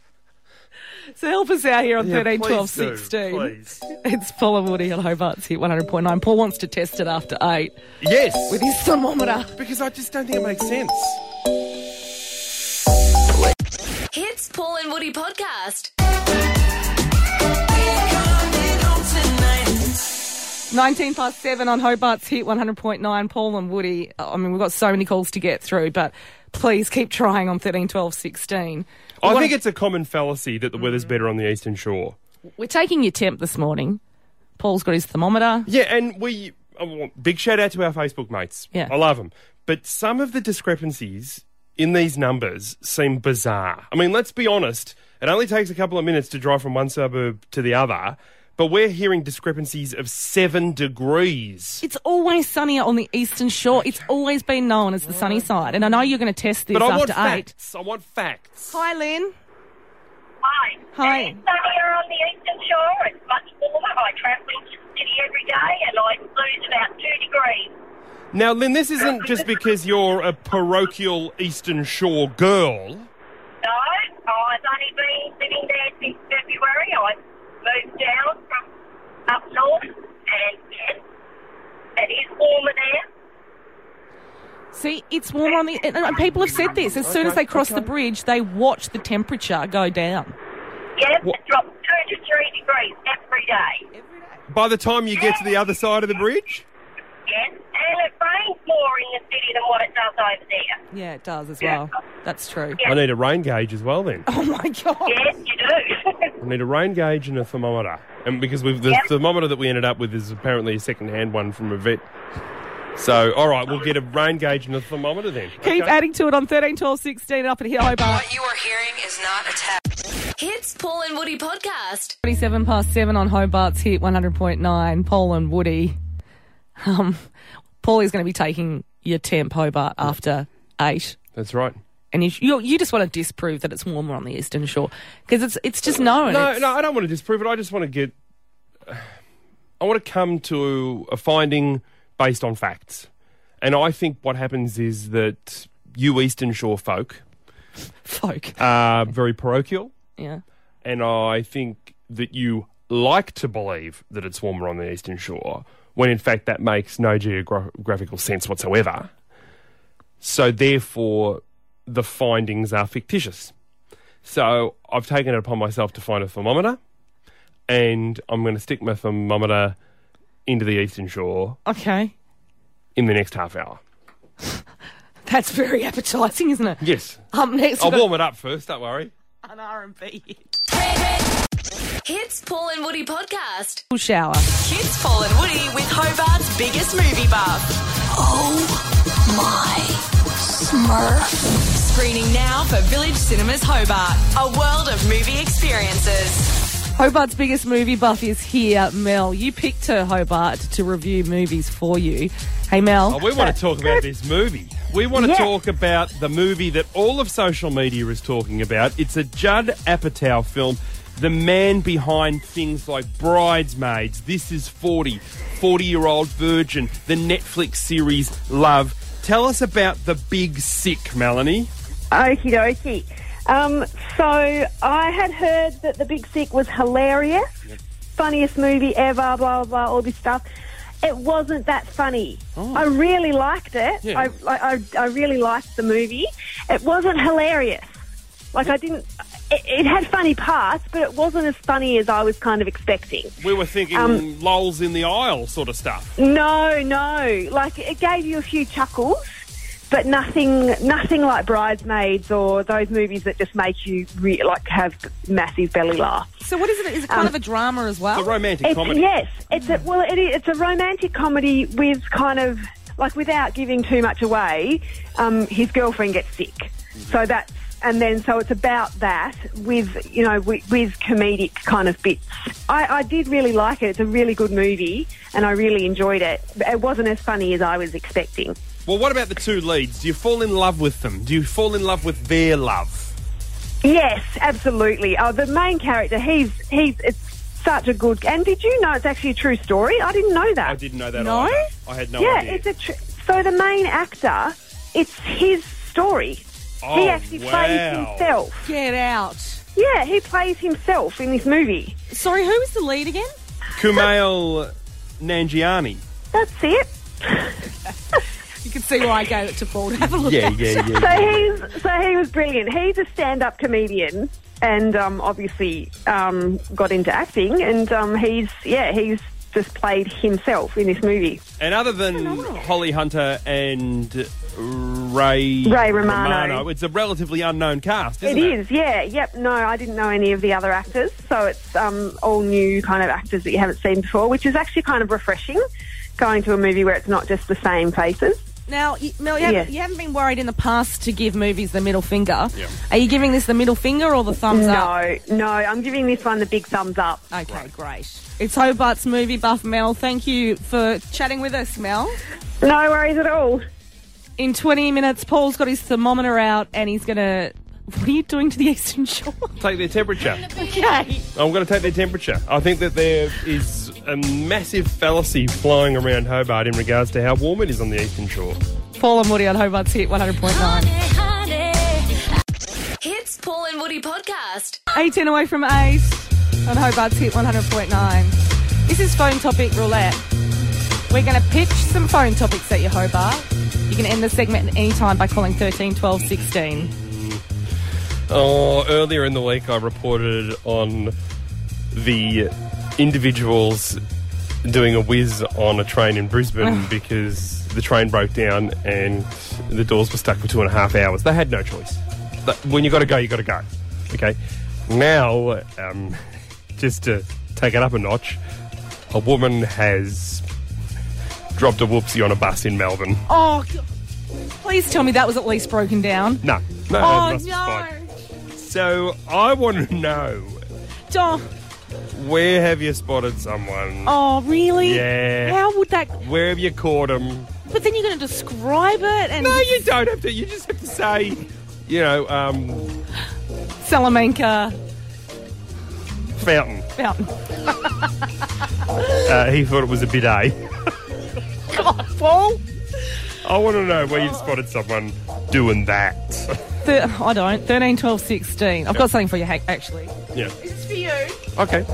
Speaker 5: So help us out here on
Speaker 4: Yeah,
Speaker 5: 13,
Speaker 4: please
Speaker 5: 12,
Speaker 4: do,
Speaker 5: 16.
Speaker 4: please.
Speaker 5: It's Paul and Woody on Hobart's hit 100.9. Paul wants to test it after 8
Speaker 4: Yes.
Speaker 5: with his thermometer.
Speaker 4: because I just don't think it makes sense.
Speaker 3: Hits Paul and Woody podcast.
Speaker 5: 19 past 7 on Hobart's hit 100.9. Paul and Woody. I mean, we've got so many calls to get through, but please keep trying on 13, 12, 16.
Speaker 4: I
Speaker 5: What-
Speaker 4: think it's a common fallacy that the weather's better on the eastern shore.
Speaker 5: We're taking your temp this morning. Paul's got his thermometer.
Speaker 4: Yeah, and we I want- big shout out to our Facebook mates.
Speaker 5: Yeah.
Speaker 4: I love them. But some of the discrepancies in these numbers seem bizarre. I mean, let's be honest. It only takes a couple of minutes to drive from one suburb to the other, but we're hearing discrepancies of seven degrees.
Speaker 5: It's always sunnier on the eastern shore. It's always been known as the sunny side. And I know you're going to test this
Speaker 4: But I want
Speaker 5: after eight.
Speaker 4: facts. I want facts.
Speaker 5: (laughs) Hi, Lynn.
Speaker 7: Hi.
Speaker 5: Hi.
Speaker 7: It is sunnier on the eastern shore. It's much warmer. I travel into the city every day and I lose about two degrees.
Speaker 4: Now, Lynn, this isn't just because you're a parochial eastern shore girl.
Speaker 7: No, I've Oh, only been living there since February. I moved down from up north and yes, it is warmer there.
Speaker 5: See, it's warmer on the. And, and people have said this. As soon as they cross the bridge, they watch the temperature go down.
Speaker 7: Yes,
Speaker 4: What-
Speaker 7: it drops two to three degrees every day.
Speaker 4: By the time you get to the other side of the bridge,
Speaker 7: Yes, and it rains more in the city than what it does over there.
Speaker 5: Yeah, it does as well. That's true.
Speaker 4: I need a rain gauge as well then.
Speaker 5: Oh (laughs) my God.
Speaker 7: Yes, you do.
Speaker 4: I need a rain gauge and a thermometer. And because we've, the thermometer that we ended up with is apparently a second hand one from a vet. So, all right, we'll get a rain gauge and a thermometer then.
Speaker 5: Keep
Speaker 4: okay?
Speaker 5: adding to it on 13, 12, 16 up at Hill Hobart.
Speaker 6: You are hearing is not a test.
Speaker 3: Hits Paul and Woody podcast.
Speaker 5: 27 past 7 on Hobart's hit 100.9. Paul and Woody. Um, Paul is going to be taking your temp Hobart after 8.
Speaker 4: That's right.
Speaker 5: and you, you you just want to disprove that it's warmer on the eastern shore because it's it's just known.
Speaker 4: Uh, No,
Speaker 5: It's-
Speaker 4: no, I don't want to disprove it. I just want to get. I want to come to a finding based on facts. And I think what happens is that you Eastern Shore folk
Speaker 5: folk.
Speaker 4: are very parochial.
Speaker 5: Yeah,
Speaker 4: and I think that you like to believe that it's warmer on the eastern shore when in fact that makes no geographical sense whatsoever. So therefore the findings are fictitious. So I've taken it upon myself to find a thermometer and I'm going to stick my thermometer into the eastern shore
Speaker 5: okay,
Speaker 4: in the next half hour.
Speaker 5: that's very appetising, isn't it?
Speaker 4: Yes.
Speaker 5: Up next,
Speaker 4: I'll
Speaker 5: we've got
Speaker 4: warm it up first, don't worry.
Speaker 5: an R and B hit.
Speaker 3: Hits Paul and Woody podcast.
Speaker 5: Full shower.
Speaker 11: It's Paul and Woody with Hobart's biggest movie buff.
Speaker 3: Oh
Speaker 6: My smurf.
Speaker 11: Screening now for Village Cinemas Hobart. A world of movie experiences.
Speaker 5: Hobart's biggest movie buff is here, Mel. You picked her Hobart to review movies for you. Hey, Mel.
Speaker 4: Oh, we want to talk about this movie. We want to
Speaker 5: Yes.
Speaker 4: talk about the movie that all of social media is talking about. It's a Judd Apatow film, the man behind things like Bridesmaids, This Is 40, 40 Year Old Virgin, the Netflix series Love, Tell us about the big sick, Melanie.
Speaker 12: Okie dokie. Um, so I had heard that The Big Sick was hilarious, funniest movie ever, blah, blah, blah, all this stuff. It wasn't that funny. I really liked it.
Speaker 6: Yeah.
Speaker 12: I, I, I, I really liked the movie. It wasn't hilarious. Like, I didn't. It, it had funny parts, but it wasn't as funny as I was kind of expecting.
Speaker 4: We were thinking
Speaker 12: Um,
Speaker 4: lols in the aisle sort of stuff.
Speaker 12: No, no. Like it gave you a few chuckles, but nothing, nothing like Bridesmaids or those movies that just make you re- like have massive belly laughs.
Speaker 5: So what is it? Is it kind
Speaker 12: Um,
Speaker 5: of a drama as well?
Speaker 12: It's It's- Yes, it's a, well, it is, it's a romantic comedy with kind of like without giving too much away. Um, his girlfriend gets sick, so that's and then so it's about that with you know with, with comedic kind of bits. I, I did really like it. It's a really good movie, and I really enjoyed it. It wasn't as funny as I was expecting.
Speaker 4: Well, what about the two leads? Do you fall in love with them? Do you fall in love with their love?
Speaker 12: Yes, absolutely. Oh, the main character, he's he's it's such a good. And did you know it's actually a true story? I didn't know that. I
Speaker 4: didn't know that.
Speaker 12: No,
Speaker 4: either. I had no
Speaker 12: yeah,
Speaker 4: idea.
Speaker 12: it's a. Tr- so the main actor, it's his story.
Speaker 4: Oh,
Speaker 12: he actually plays
Speaker 4: wow.
Speaker 12: himself. Get out. Yeah, he plays himself in this movie. Sorry, who was the lead again?
Speaker 4: Kumail Nanjiani.
Speaker 12: That's it.
Speaker 5: (laughs) You can see why I gave it to Paul to have a look
Speaker 4: Yeah,
Speaker 5: at.
Speaker 4: yeah, yeah.
Speaker 12: so he's so he was brilliant. He's a stand-up comedian, and um, obviously um, got into acting. And um, he's yeah, he's just played himself in this movie.
Speaker 4: And other than Holly Hunter and Ray
Speaker 12: Ray Romano.
Speaker 4: it's a relatively unknown cast,
Speaker 12: It
Speaker 4: isn't it?
Speaker 12: is, yeah, yep. No, I didn't know any of the other actors, so it's um, all new kind of actors that you haven't seen before, which is actually kind of refreshing. Going to a movie where it's not just the same faces.
Speaker 5: Now, you, Mel, you, haven't,
Speaker 12: Yeah.
Speaker 5: you haven't been worried in the past to give movies the middle finger. Are you giving this the middle finger or the thumbs
Speaker 12: no,
Speaker 5: up?
Speaker 12: no, I'm giving this one the big thumbs up.
Speaker 5: Okay, great. It's Hobart's movie buff, Mel. Thank you for chatting with us, Mel.
Speaker 12: No worries at all.
Speaker 5: In 20 minutes, Paul's got his thermometer out and he's going to. What are you doing to the Eastern Shore?
Speaker 4: Take their temperature.
Speaker 5: Okay.
Speaker 4: I'm going to take their temperature. I think that there is a massive fallacy flying around Hobart in regards to how warm it is on the eastern shore.
Speaker 5: Paul and Woody on Hobart's hit 100.9.
Speaker 3: Hits Paul and Woody podcast.
Speaker 5: 18 away from 8 on Hobart's hit 100.9. This is phone topic roulette. We're going to pitch some phone topics at you, Hobart. You can end the segment at any time by calling 13 12 16.
Speaker 4: Oh, earlier in the week, I reported on the individuals doing a whiz on a train in Brisbane because the train broke down and the doors were stuck for two and a half hours. They had no choice. But when you got to go, you got to go. Okay. Now, um, (laughs) just to take it up a notch, a woman has dropped a whoopsie on a bus in Melbourne.
Speaker 5: Oh, g- please tell me that was at least broken down.
Speaker 4: No, no, it
Speaker 5: oh,
Speaker 4: must be fine.
Speaker 5: no.
Speaker 4: So I want to know.
Speaker 5: Don't.
Speaker 4: Where have you spotted someone?
Speaker 5: Oh, really?
Speaker 4: Yeah.
Speaker 5: How would that.
Speaker 4: Where have you caught them?
Speaker 5: But then you're going to describe it and.
Speaker 4: No, you don't have to. You just have to say. You know, um,
Speaker 5: Salamanca
Speaker 4: fountain.
Speaker 5: fountain.
Speaker 4: Uh, he thought it was a bidet.
Speaker 5: Come on, Paul.
Speaker 4: I want to know where you've spotted someone doing that. (laughs)
Speaker 5: Thir- I don't. 13, 12, 16. I've got something for you, Hank, actually.
Speaker 4: yeah.
Speaker 5: It's for you.
Speaker 4: Okay.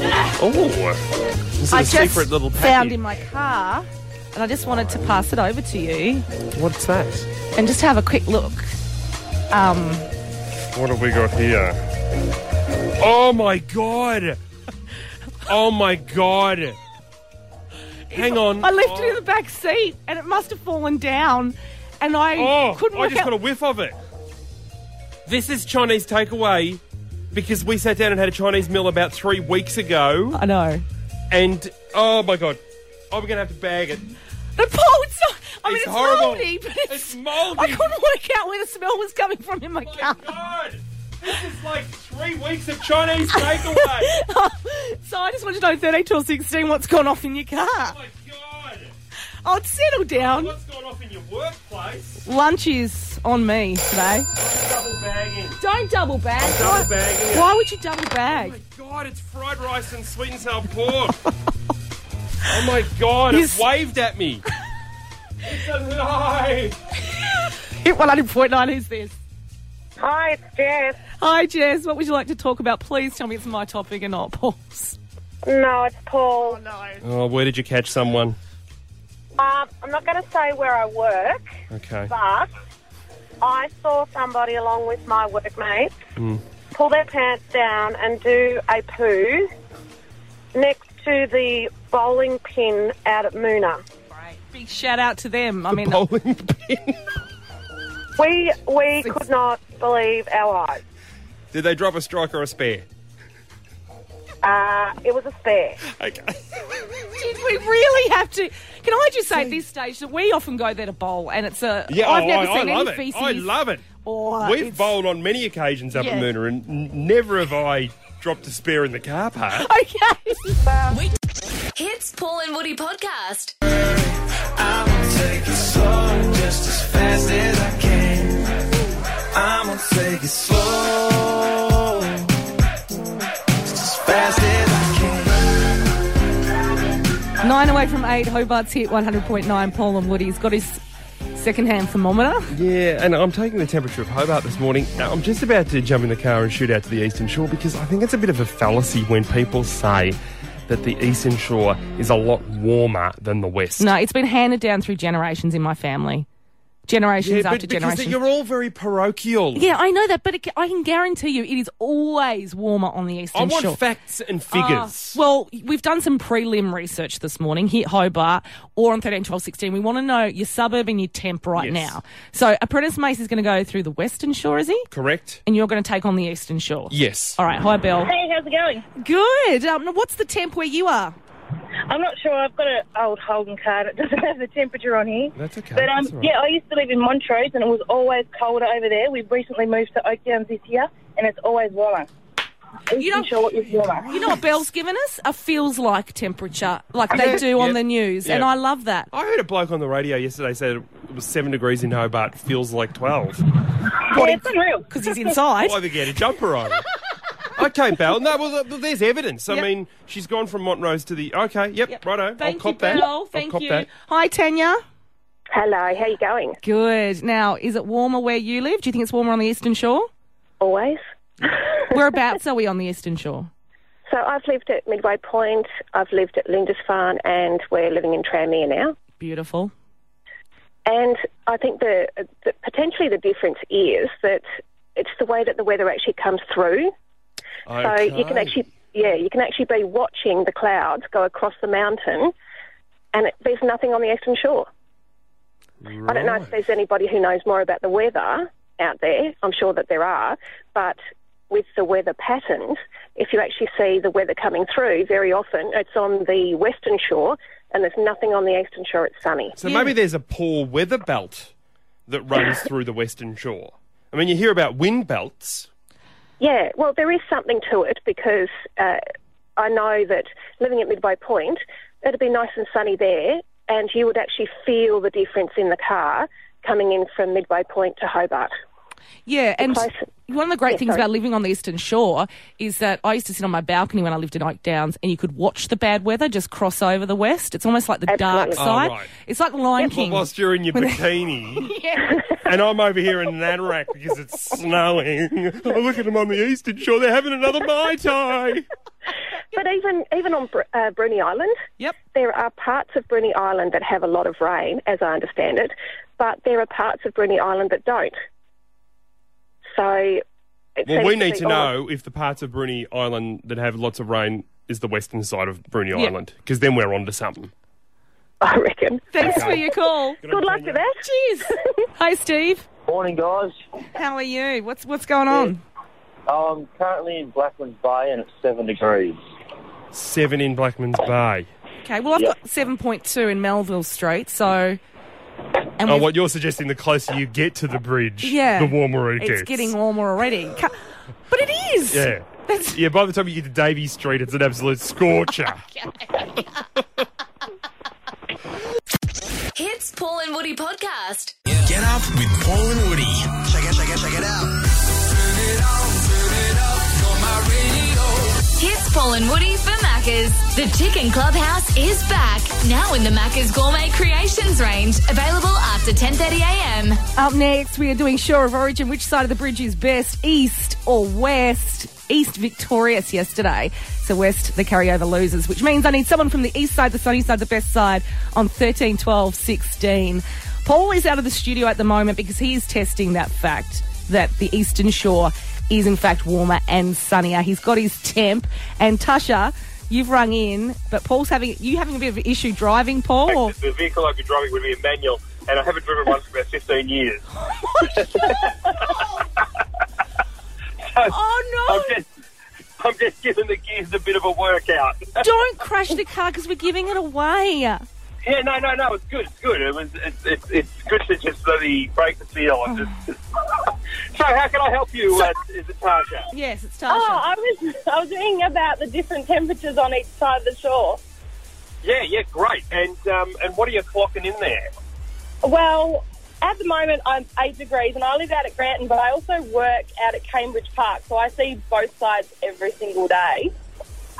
Speaker 4: Oh, this is a
Speaker 5: I just
Speaker 4: secret little
Speaker 5: found
Speaker 4: package.
Speaker 5: in my car, and I just wanted to pass it over to you
Speaker 4: What's that?
Speaker 5: and just have a quick look. Um,
Speaker 4: What have we got here? Oh my god! Oh my god! Hang on.
Speaker 5: I left it in the back seat, and it must have fallen down, and I
Speaker 4: Oh,
Speaker 5: couldn't
Speaker 4: I
Speaker 5: work
Speaker 4: just
Speaker 5: out.
Speaker 4: got a whiff of it. This is Chinese takeaway because we sat down and had a Chinese meal about three weeks ago.
Speaker 5: I know.
Speaker 4: And oh my god, I'm gonna have to bag it.
Speaker 5: The Paul, it's not. I mean,
Speaker 4: It's
Speaker 5: it's,
Speaker 4: horrible.
Speaker 5: moldy, but it's, moldy. I couldn't work out where the smell was coming from in my car.
Speaker 4: Oh God. This is like three weeks of Chinese takeaway.
Speaker 5: (laughs) (laughs) so I just want to know 13 till 16 what's gone off in your car. Oh my god. Oh, it's settled down.
Speaker 4: What's gone off in your workplace?
Speaker 5: Lunch is on me today.
Speaker 4: Double bagging.
Speaker 5: Don't double bag.
Speaker 4: Double
Speaker 5: Why-
Speaker 4: bagging it.
Speaker 5: Why would you double bag?
Speaker 4: God, it's fried rice and sweet and sour pork. (laughs) oh my god,
Speaker 5: Yes. (laughs)
Speaker 4: it waved at me.
Speaker 5: Hi. Hit 100.9. Who's this? Hi, it's Jess. Hi, Jess. What would you like to talk about? Please tell me it's my topic and not Paul's.
Speaker 13: No, it's Paul. no.
Speaker 4: Oh, where did you catch someone?
Speaker 13: Um, I'm not going to say where I work,
Speaker 4: Okay.
Speaker 13: but I saw somebody along with my workmates
Speaker 4: Mm.
Speaker 13: pull their pants down and do a poo next to the bowling pin out at Moona.
Speaker 5: Big shout out to them. I mean, uh,
Speaker 13: We we could not believe our eyes.
Speaker 4: Did they drop a strike or a spare?
Speaker 13: Uh, it was a spare.
Speaker 4: Okay.
Speaker 5: (laughs) did we really have to? Can I just say at this stage that we often go there to bowl, and it's a.
Speaker 4: Yeah,
Speaker 5: I've
Speaker 4: oh,
Speaker 5: never
Speaker 4: I,
Speaker 5: seen
Speaker 4: I love
Speaker 5: any
Speaker 4: it.
Speaker 5: feces.
Speaker 4: I love it.
Speaker 5: Or
Speaker 4: We've
Speaker 5: Uh, it's-
Speaker 4: bowled on many occasions up
Speaker 5: Yeah.
Speaker 4: in Moona, and n- never have I dropped a spare in the car park.
Speaker 5: Okay.
Speaker 3: Hits Paul and Woody podcast.
Speaker 2: I'ma take it slow, just as fast as I can. I'ma take it slow, just as fast as I
Speaker 5: Nine away from eight, Hobart's hit 100.9. Paul and Woody's got his secondhand (laughs) thermometer.
Speaker 4: Yeah, and I'm taking the temperature of Hobart this morning. Now, I'm just about to jump in the car and shoot out to the Eastern Shore because I think it's a bit of a fallacy when people say that the Eastern Shore is a lot warmer than the West.
Speaker 5: No, it's been handed down through generations in my family. Generations
Speaker 4: Yeah, but
Speaker 5: after
Speaker 4: because
Speaker 5: generations.
Speaker 4: you're all very parochial.
Speaker 5: Yeah, I know that, but it, ca- I can guarantee you it is always warmer on the eastern
Speaker 4: I want
Speaker 5: shore.
Speaker 4: facts and
Speaker 5: Ah,
Speaker 4: figures.
Speaker 5: well, we've done some prelim research this morning here at Hobart or on 13, 12, 16. We want to know your suburb and your temp right
Speaker 4: Yes.
Speaker 5: now. So Apprentice Mace is going to go through the western shore, is he?
Speaker 4: Correct?
Speaker 5: And you're going to take on the eastern shore.
Speaker 4: Yes.
Speaker 5: All right. Hi, Belle.
Speaker 14: Hey, how's it going?
Speaker 5: Good. Um, now what's the temp where you are?
Speaker 14: I'm not sure. I've got an old Holden card. It doesn't have the temperature on here.
Speaker 4: That's okay.
Speaker 14: But um,
Speaker 4: That's all right.
Speaker 14: yeah, I used to live in Montrose, and it was always colder over there. We've recently moved to Oakdowns this year, and it's always warmer. You don't sure what is warmer.
Speaker 5: You know what Bell's given us? A feels like temperature, like they
Speaker 4: Yeah.
Speaker 5: do on
Speaker 4: Yeah.
Speaker 5: the news. And
Speaker 4: Yeah.
Speaker 5: I love that.
Speaker 4: I heard a bloke on the radio yesterday said it was seven degrees in Hobart, feels like 12.
Speaker 5: Yeah, it's unreal. Because he's inside.
Speaker 4: Why they get a jumper on? okay, Belle. No, well, th- there's evidence. I
Speaker 5: Yep.
Speaker 4: mean, she's gone from Montrose to the. Okay, yep, righto. I'll
Speaker 5: Thank
Speaker 4: cop
Speaker 5: you,
Speaker 4: that.
Speaker 5: Belle.
Speaker 4: I'll
Speaker 5: Thank
Speaker 4: cop
Speaker 5: you.
Speaker 4: that.
Speaker 5: Hi, Tanya.
Speaker 14: Hello, how you going?
Speaker 5: Good. Now, is it warmer where you live? Do you think it's warmer on the eastern shore?
Speaker 14: Always. (laughs)
Speaker 5: Whereabouts are we on the eastern shore?
Speaker 13: So I've lived at Midway Point, I've lived at Lindisfarne, and we're living in Tranmere now.
Speaker 5: Beautiful.
Speaker 13: And I think the, the potentially the difference is that it's the way that the weather actually comes through. So you can
Speaker 15: Okay.
Speaker 13: actually, yeah, you can actually be watching the clouds go across the mountain, and it, there's nothing on the eastern shore. I don't know if there's anybody who knows more about the weather out there. I'm sure that there are, but with the weather patterns, if you actually see the weather coming through, very often it's on the western shore, and there's nothing on the eastern shore. It's sunny.
Speaker 4: So maybe there's a poor weather belt that runs through the Western Shore. I mean, you hear about wind belts.
Speaker 13: Yeah, well, there is something to it because uh, I know that living at Midway Point, it'd be nice and sunny there, and you would actually feel the difference in the car coming in from Midway Point to Hobart.
Speaker 5: Yeah, and
Speaker 13: close-
Speaker 5: one of the great
Speaker 13: Yeah,
Speaker 5: things
Speaker 13: sorry.
Speaker 5: about living on the eastern shore is that I used to sit on my balcony when I lived in Oak Downs, and you could watch the bad weather just cross over the west. It's almost like the dark
Speaker 4: Absolutely. Oh,
Speaker 5: side.
Speaker 4: right.
Speaker 5: It's like the Lion
Speaker 4: Well,
Speaker 5: King.
Speaker 4: whilst you're
Speaker 5: (laughs)
Speaker 4: in your bikini, and I'm over here in Nanarak because it's snowing. Oh, look at them on the Eastern Shore. They're having another mai
Speaker 5: (laughs)
Speaker 4: tai.
Speaker 13: But even even on Br- uh, Bruni Island,
Speaker 5: yep,
Speaker 13: there are parts of Bruni Island that have a lot of rain, as I understand it, but there are parts of Bruni Island that don't. So, it
Speaker 4: Well,
Speaker 13: seems
Speaker 4: we need
Speaker 13: be
Speaker 4: to
Speaker 13: all-
Speaker 4: know if the parts of Bruni Island that have lots of rain is the western side of Bruni
Speaker 13: Yeah.
Speaker 4: Island, because then we're onto something.
Speaker 13: I reckon.
Speaker 5: Thanks for your call.
Speaker 13: Good luck with that.
Speaker 5: Cheers. Hi, Steve.
Speaker 16: Morning, guys.
Speaker 5: How are you? What's what's going on?
Speaker 16: I'm currently in Blacklands Bay and it's seven degrees.
Speaker 4: Seven in Blackman's
Speaker 5: Oh.
Speaker 4: Bay.
Speaker 5: Okay, well I've got seven point two in Melville Street, so And
Speaker 4: oh,
Speaker 5: we've-
Speaker 4: what you're suggesting, the closer you get to the bridge,
Speaker 5: yeah,
Speaker 4: the warmer it
Speaker 5: it's
Speaker 4: gets.
Speaker 5: getting warmer already. Ca- But it is. (laughs)
Speaker 4: Yeah. Yeah, by the time you get to Davy Street, it's an absolute scorcher.
Speaker 3: Hits Paul and Woody podcast.
Speaker 2: Get up with Paul and Woody. Check it, check it, check it out.
Speaker 3: Hits Paul and Woody for Mac. Macca's. The Chicken Clubhouse is back. Now in the Macca's Gourmet Creations range. Available after 10.30am.
Speaker 5: Up next, we are doing Shore of Origin. Which side of the bridge is best, east or west? East victorious yesterday. So West, the carryover losers, which means I need someone from the east side, the sunny side, the best side on 13, 12, 16. Paul is out of the studio at the moment because he is testing that fact that the eastern shore is in fact warmer and sunnier. He's got his temp. And Tasha, you've rung in, but Paul's having, you having a bit of an issue driving, Paul? Or?
Speaker 15: The vehicle I'd be driving would be a manual, and I haven't driven one for about 15 (laughs) years.
Speaker 5: oh,
Speaker 15: no! I'm just, I'm just giving the gears a bit of a workout. (laughs)
Speaker 5: Don't crash the car because we're giving it away.
Speaker 15: Yeah, no, no, no. It's good. It's good. It was. It's it's, it's good to just bloody break the seal. And just, (laughs) so, how can I help you? uh, is it Tasha?
Speaker 5: Yes, it's
Speaker 15: Tasha.
Speaker 17: Oh, I was
Speaker 14: (laughs)
Speaker 17: I was reading about the different temperatures on each side of the shore.
Speaker 15: Yeah, yeah, great. And um, and what are you clocking in there?
Speaker 17: Well, at the moment I'm eight degrees, and I live out at Granton, but I also work out at Cambridge Park, so I see both sides every single day.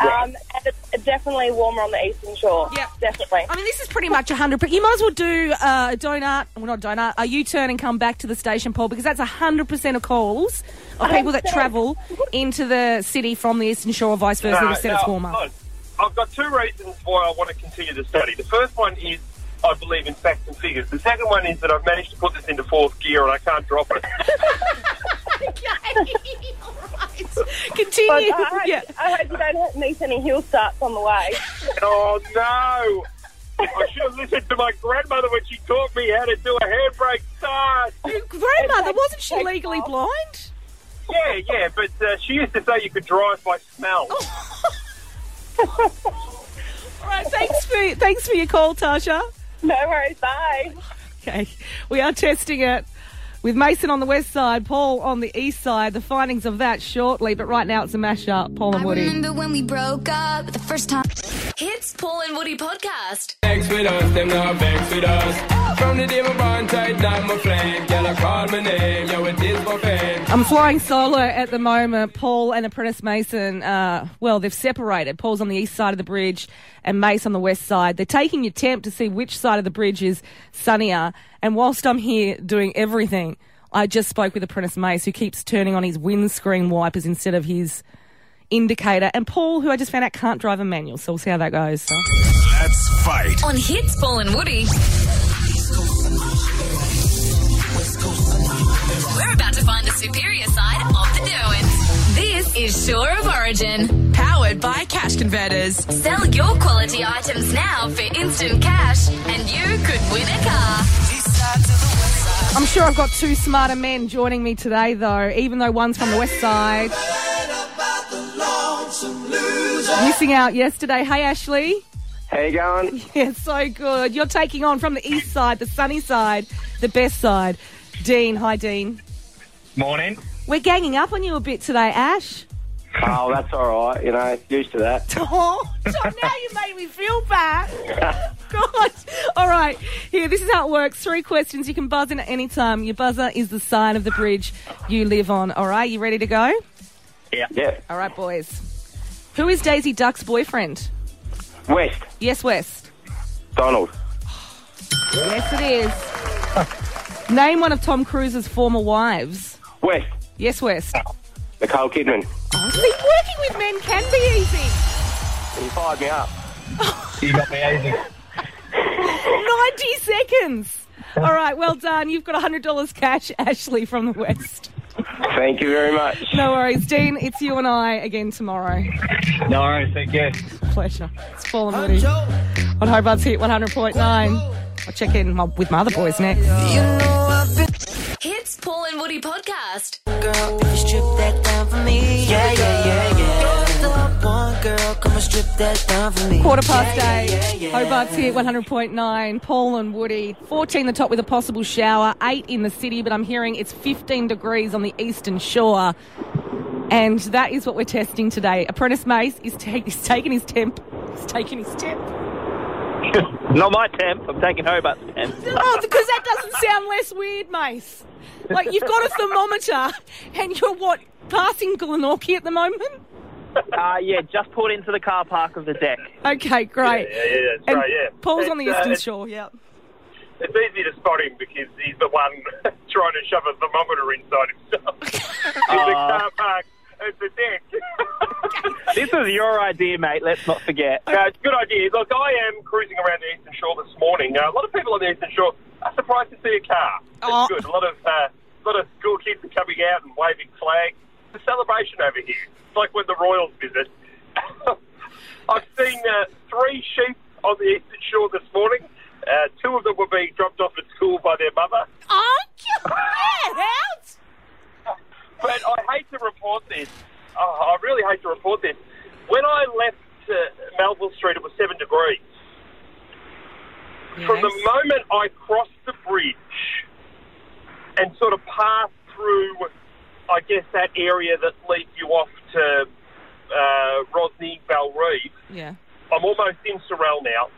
Speaker 17: Um, and it's definitely warmer on the eastern shore. Yeah, definitely.
Speaker 5: I mean, this
Speaker 17: (laughs)
Speaker 5: is pretty much 100, but you might as well do uh, a donut, well, not a donut, a U turn and come back to the station, Paul, because that's 100% of calls of people that travel into the city from the eastern shore or vice versa
Speaker 15: No,
Speaker 5: that said
Speaker 15: no,
Speaker 5: it's warmer.
Speaker 15: look, I've got two reasons why I want to continue the study. The first one is I believe in facts and figures. The second one is that I've managed to put this into fourth gear and I can't drop it. (laughs)
Speaker 5: (laughs)
Speaker 17: Okay.
Speaker 5: Continue.
Speaker 17: uh, I, hope, I hope you don't meet any hill starts on the way.
Speaker 15: oh no! I should have listened to my grandmother when she taught me how to do a handbrake start.
Speaker 5: Oh, Your grandmother, wasn't she legally blind?
Speaker 15: Yeah, yeah, but uh, she used to say you could drive by smell.
Speaker 5: Oh. All right, thanks for, thanks for your call, Tasha.
Speaker 17: No worries, bye.
Speaker 5: Okay, we are testing it with Mason on the west side, Paul on the east side. The findings of that shortly, but right now it's a mashup. Paul and Woody.
Speaker 3: Remember when we broke up the first time? Hits Paul and Woody podcast.
Speaker 18: Banks with us, them not banks with us. From the day my bond tight down my flame, girl, I call my name, yo, it is my fame.
Speaker 5: I'm flying solo at the moment. Paul and Apprentice Mason, uh, well, they've separated. Paul's on the east side of the bridge and Mace on the west side. They're taking your temp to see which side of the bridge is sunnier. And whilst I'm here doing everything, I just spoke with Apprentice Mace, who keeps turning on his windscreen wipers instead of his indicator. And Paul, who I just found out can't drive a manual, so we'll see how that goes. So.
Speaker 19: Let's fight.
Speaker 3: On Hits Paul and Woody. We're about to find the superior side of the Derwents. This is Shore of Origin. Powered by Cash Converters. Sell your quality items now for instant cash and you could win a car.
Speaker 5: I'm sure I've got two smarter men joining me today, though, even though one's from the west side. Missing out yesterday. Hey, Ashley.
Speaker 20: How you going?
Speaker 5: (laughs) Yeah, so good. You're taking on from the east side, the sunny side, the best side. Dean. Hi, Dean.
Speaker 20: Morning.
Speaker 5: We're ganging up on you a bit today, Ash. (laughs)
Speaker 20: Oh, that's all right. You know, used to that.
Speaker 5: Oh, Tom, now you (laughs) made me feel bad. God. All right. Here, this is how it works. Three questions. You can buzz in at any time. Your buzzer is the sign of the bridge you live on. All right. You ready to go?
Speaker 20: Yeah. Yeah.
Speaker 5: All right, boys. Who is Daisy Duck's boyfriend?
Speaker 20: West.
Speaker 5: Yes, West.
Speaker 20: Donald.
Speaker 5: Yes, it is. Name one of Tom Cruise's former wives.
Speaker 20: West.
Speaker 5: Yes, West.
Speaker 20: Nicole Kidman.
Speaker 5: See, working with men can be easy.
Speaker 20: He fired me up. you got me easy.
Speaker 5: 90 seconds. All right, well done. You've got $100 cash, Ashley from the West.
Speaker 20: Thank you very much.
Speaker 5: No worries. Dean, it's you and I again tomorrow.
Speaker 20: No worries. Thank you.
Speaker 5: Pleasure. It's Paul and Woody on Hobart's Hit 100.9. I'll check in my, with my other boys next.
Speaker 3: Hits Paul and Woody podcast.
Speaker 2: Girl, if you strip that down for me, yeah, yeah, yeah, yeah. One girl, come and strip that down for me.
Speaker 5: Quarter past
Speaker 2: Yeah,
Speaker 5: eight.
Speaker 2: yeah, yeah, yeah.
Speaker 5: Hobart's here, 100.9. Paul and Woody. 14 the top with a possible shower. Eight in the city, but I'm hearing it's 15 degrees on the eastern shore. And that is what we're testing today. Apprentice Mace is, ta- is taking his temp. He's taking his temp.
Speaker 16: (laughs) Not my temp. I'm taking Hobart's temp.
Speaker 2: (laughs)
Speaker 5: Oh, because that doesn't sound less weird, Mace.
Speaker 2: (laughs)
Speaker 5: Like, you've got a thermometer and you're what, passing Glenorchy at the moment?
Speaker 16: uh, yeah, just pulled into the car park of the deck.
Speaker 5: Okay, great.
Speaker 15: Yeah, yeah, yeah, that's
Speaker 5: And
Speaker 15: right, yeah.
Speaker 5: Paul's on the
Speaker 15: It's, uh,
Speaker 5: eastern
Speaker 15: it's-
Speaker 5: shore. Yeah.
Speaker 15: (laughs) It's easy to spot him because he's the one (laughs) trying to shove a thermometer inside himself. (laughs) it's a
Speaker 16: Aw.
Speaker 15: car park. It's a deck.
Speaker 16: This is your idea, mate. Let's not forget.
Speaker 15: No, it's a good idea. Look, I am cruising around the Eastern Shore this morning. Now, a lot of people on the Eastern Shore are surprised to see a car. That's good. A lot of uh, a lot of school kids are coming out and waving flags. It's a celebration over here. It's like when the royals visit. (laughs) I've seen uh, three sheep on the Eastern Shore this morning. Uh, two of them were being dropped off at school by their mother.
Speaker 6: Oh, out!
Speaker 15: But I hate to report this. Oh, I really hate to report this. When I left uh, Melville Street, it was seven degrees. From the moment I crossed the bridge and sort of passed through, I guess, that area that leads you off to uh, Rosny, Balreeve,
Speaker 5: Yeah.
Speaker 15: I'm almost in Sorel now.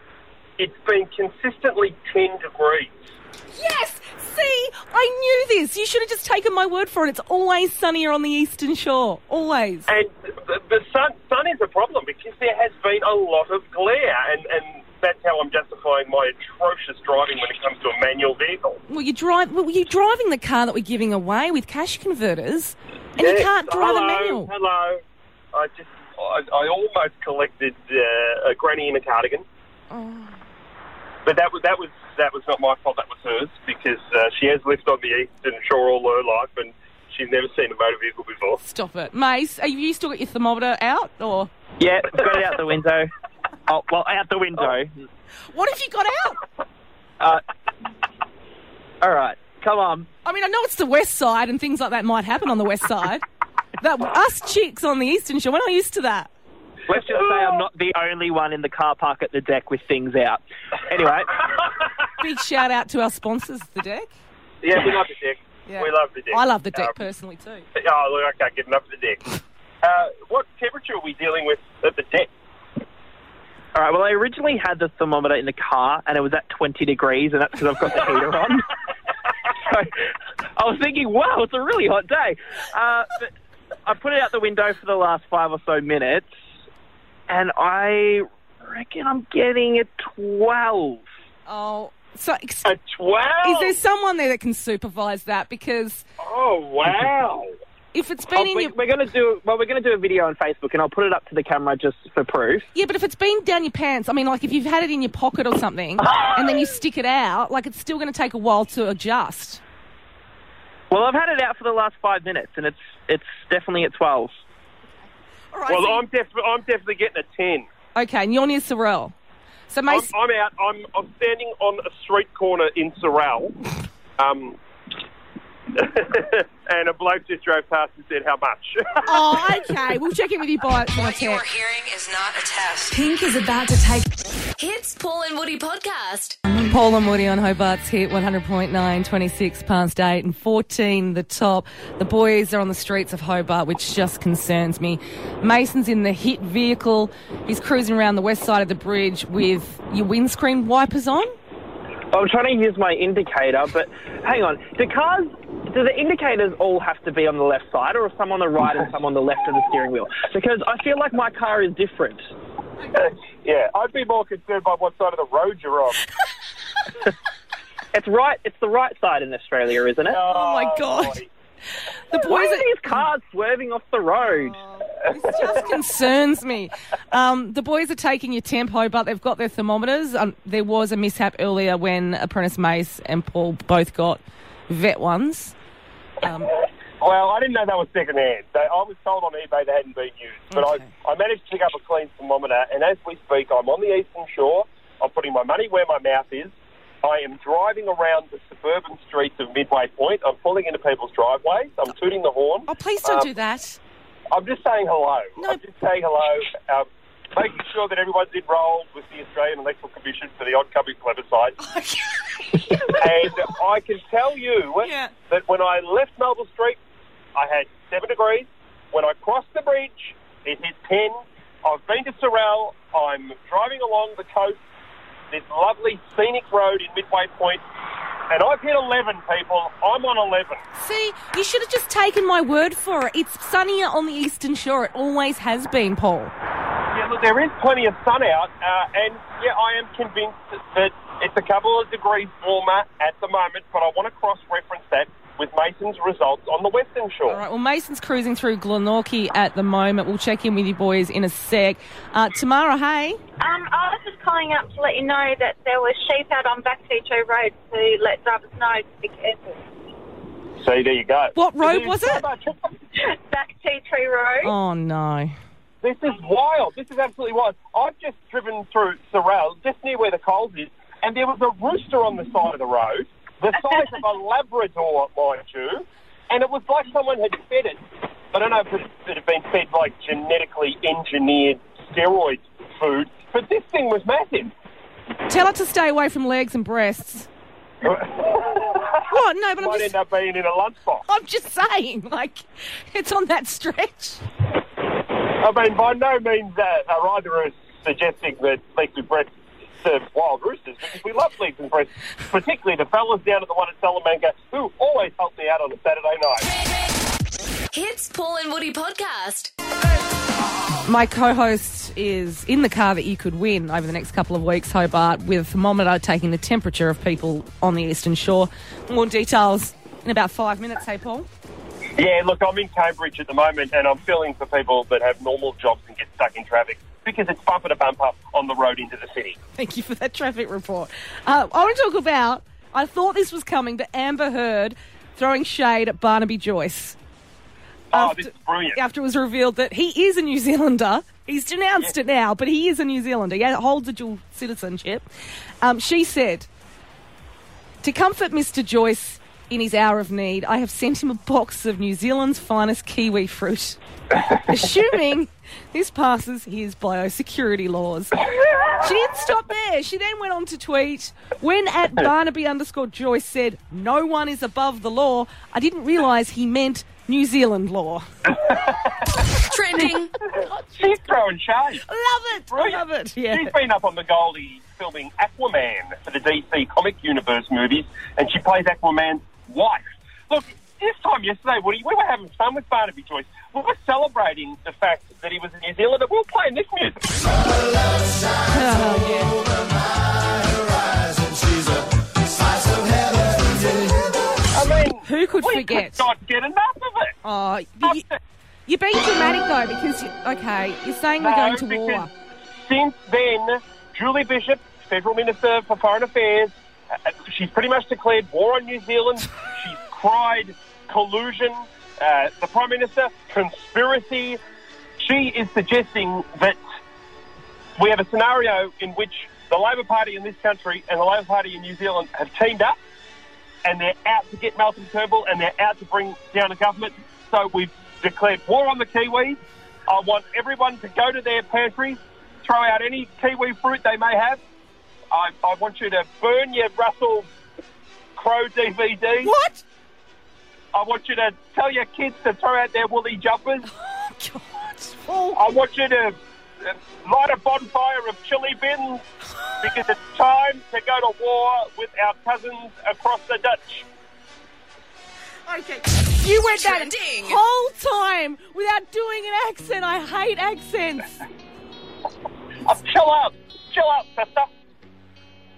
Speaker 15: It's been consistently 10 degrees.
Speaker 5: Yes. See, I knew this. You should have just taken my word for it. It's always sunnier on the eastern shore. Always.
Speaker 15: And the, the sun, sun is a problem because there has been a lot of glare, and, and that's how I'm justifying my atrocious driving when it comes to a manual vehicle.
Speaker 5: Well, you drive. Well, you're driving the car that we're giving away with cash converters, and
Speaker 15: Yes,
Speaker 5: you can't drive
Speaker 15: hello,
Speaker 5: a manual.
Speaker 15: Hello. I just, I, I almost collected uh, a granny in a cardigan,
Speaker 5: Oh.
Speaker 15: but that was that was that was not my fault. That was hers because uh, she has lived on the eastern shore all her life, and she's never seen a motor vehicle before.
Speaker 5: Stop it, Mace. Have you still got your thermometer out, or
Speaker 16: Yeah, got it out the window. Oh, well, out the window.
Speaker 5: what have you got out? Oh.
Speaker 16: Uh, all right, come on.
Speaker 5: I mean, I know it's the west side, and things like that might happen on the west side. (laughs) That us chicks on the eastern shore, we're not used to that.
Speaker 16: Let's just say I'm not the only one in the car park at the deck with things out. Anyway,
Speaker 5: Big shout out to our sponsors, the deck.
Speaker 15: Yeah, we love the deck.
Speaker 5: Yeah.
Speaker 15: We love the deck.
Speaker 5: I love the deck
Speaker 15: Um,
Speaker 5: personally too.
Speaker 15: Oh, look, I can't get enough of the deck. Uh, what temperature are we dealing with at the deck?
Speaker 16: all right. Well, I originally had the thermometer in the car, and it was at 20 degrees, and that's because I've got the heater on. (laughs) so I was thinking, wow, it's a really hot day. Uh, but I put it out the window for the last five or so minutes, and I reckon I'm getting a 12.
Speaker 5: Oh, so ex-
Speaker 15: a twelve.
Speaker 5: Is there someone there that can supervise that? Because
Speaker 15: oh wow.
Speaker 5: if it's been
Speaker 16: Oh,
Speaker 5: in
Speaker 16: we,
Speaker 5: your
Speaker 16: We're going to do well. We're going to do a video on Facebook, and I'll put it up to the camera just for proof.
Speaker 5: yeah, but if it's been down your pants, I mean, like if you've had it in your pocket or something, and then you stick it out, like it's still going to take a while to adjust.
Speaker 16: Well, I've had it out for the last five minutes, and it's it's definitely at twelve.
Speaker 15: well, I'm definitely I'm definitely getting a ten.
Speaker 5: Okay, and you're near Sorel. So, Mace,
Speaker 15: I'm, I'm out. I'm I'm standing on a street corner in Sorrel, um, (laughs) and a bloke just drove past and said, "How much?" (laughs)
Speaker 5: oh, okay, we'll check in with you by by text.
Speaker 11: hearing is not a test.
Speaker 3: Pink is about to take Hits Paul and Woody podcast.
Speaker 5: Paul and Woody on Hobart's hit 100.9, 26 past 8 and 14 the top. The boys are on the streets of Hobart, which just concerns me. Mason's in the hit vehicle. He's cruising around the west side of the bridge with your windscreen wipers on.
Speaker 16: I'm trying to use my indicator, but hang on. Do cars? Do the indicators all have to be on the left side, or are some on the right and some on the left of the steering wheel? Because I feel like my car is different.
Speaker 15: yeah, I'd be more concerned by what side of the road you're on.
Speaker 16: It's right. It's the right side in Australia, isn't it?
Speaker 5: Oh, my God. The boys
Speaker 16: Why
Speaker 5: are- Oh,
Speaker 16: are these cars swerving off the road?
Speaker 5: It just concerns me. Um, the boys are taking your temp, Hobart. They've got their thermometers. Um, there was a mishap earlier when Apprentice Mace and Paul both got vet ones. Um,
Speaker 15: Well, I didn't know they were secondhand. They, I was told on eBay they hadn't been used, but I, I managed to pick up a clean thermometer. And as we speak, I'm on the eastern shore. I'm putting my money where my mouth is. I am driving around the suburban streets of Midway Point. I'm pulling into people's driveways. I'm tooting the horn.
Speaker 5: oh, please don't
Speaker 19: Uh,
Speaker 15: Um,
Speaker 5: do that.
Speaker 15: I'm just saying hello. I'm just saying hello. Um, making sure that everyone's enrolled with the Australian Electoral Commission for the oncoming plebiscite. (laughs) and I can tell you that when I left Melbourne Street, I had seven degrees. When I crossed the bridge, it hit ten. I've been to Sorel. I'm driving along the coast, this lovely scenic road in Midway Point, And I've hit 11 people. I'm on 11.
Speaker 5: See, you should have just taken my word for it. It's sunnier on the eastern shore. It always has been, Paul.
Speaker 15: Yeah, look, there is plenty of sun out, uh, and yeah, I am convinced that it's a couple of degrees warmer at the moment, but I want to cross reference that with Mason's results on the Western Shore.
Speaker 5: All right, well, Mason's cruising through Glenorchy at the moment. We'll check in with you boys in a sec. Uh, Tamara, hey.
Speaker 19: Um, I was just calling up to let you know that there were sheep out on Backteacher Road to let drivers know to be careful.
Speaker 15: See, there you go.
Speaker 5: What road was it? (laughs)
Speaker 19: Backteacher Road.
Speaker 5: Oh, no.
Speaker 15: This is wild. This is absolutely wild. I've just driven through Sorrel, just near where the Coles is, and there was a rooster on the side of the road, the size of
Speaker 5: (laughs)
Speaker 15: a Labrador, mind you, and it was like someone had fed it. I don't know if it, it had been fed like genetically engineered steroid food, but this thing was massive.
Speaker 5: Tell it to stay away from legs and breasts. (laughs) what? No, but I'm
Speaker 15: Might
Speaker 5: just,
Speaker 15: end up being in a lunchbox.
Speaker 5: I'm just saying, like, it's on that stretch.
Speaker 15: I mean, by no means uh, are either of us suggesting that legs and breasts serve wild roosters, because we love legs and breasts, particularly the fellas down at the one at Salamanca who always help me out on a Saturday night.
Speaker 3: Hits Paul and Woody podcast.
Speaker 5: My co-host is in the car that you could win over the next couple of weeks, Hobart, with a thermometer taking the temperature of people on the eastern shore. More details in about five minutes. Hey, Paul.
Speaker 15: Yeah, look, I'm in Cambridge at the moment, and I'm feeling for people that have normal jobs and get stuck in traffic because it's bumper to bumper on the road into the city.
Speaker 5: Thank you for that traffic report. Uh, I want to talk about. I thought this was coming, but Amber Heard throwing shade at Barnaby Joyce.
Speaker 15: Oh, this is brilliant.
Speaker 5: After it was revealed that he is a New Zealander, he's denounced it now, but he is a New Zealander. He holds a dual citizenship. Um, she said, "To comfort Mr. Joyce in his hour of need, I have sent him a box of New Zealand's finest
Speaker 15: (laughs)
Speaker 5: kiwi fruit, assuming this passes his biosecurity laws." She didn't stop there. She then went on to tweet when at Barnaby underscore Joyce said, No one is above the law. I didn't realise he meant New Zealand law. Trending.
Speaker 15: (laughs) She's throwing shade.
Speaker 5: Love it. Love it. Yeah.
Speaker 15: She's been up on the Goldie filming Aquaman for the DC Comic Universe movies, and she plays Aquaman's wife. Look, this time yesterday, Woody, we were having fun with Barnaby Joyce. We were celebrating the fact that he was a New Zealander. We were playing this music. I mean,
Speaker 5: Who could
Speaker 15: we
Speaker 5: forget?
Speaker 15: Could not get enough of it.
Speaker 5: Oh, you, you're being dramatic though, because you, okay, you're saying we're
Speaker 15: No,
Speaker 5: going to
Speaker 15: because
Speaker 5: war.
Speaker 15: Since then, Julie Bishop, Federal Minister for Foreign Affairs, uh, she's pretty much declared war on New
Speaker 5: (laughs)
Speaker 15: Zealand. She's cried collusion. Uh, the Prime Minister, conspiracy. She is suggesting that we have a scenario in which the Labor Party in this country and the Labor Party in New Zealand have teamed up and they're out to get Malcolm Turnbull and they're out to bring down the government. So we've declared war on the Kiwis. I want everyone to go to their pantries, throw out any Kiwi fruit they may have. I, I want you to burn your Russell Crowe DVD.
Speaker 5: What?
Speaker 15: I want you to tell your kids to throw out their woolly jumpers. I want you to uh, light a bonfire of chili bins because it's time to go to war with our cousins across the Dutch.
Speaker 5: Okay. You went that whole time without doing an accent. I hate accents.
Speaker 15: chill out. Chill out, sister.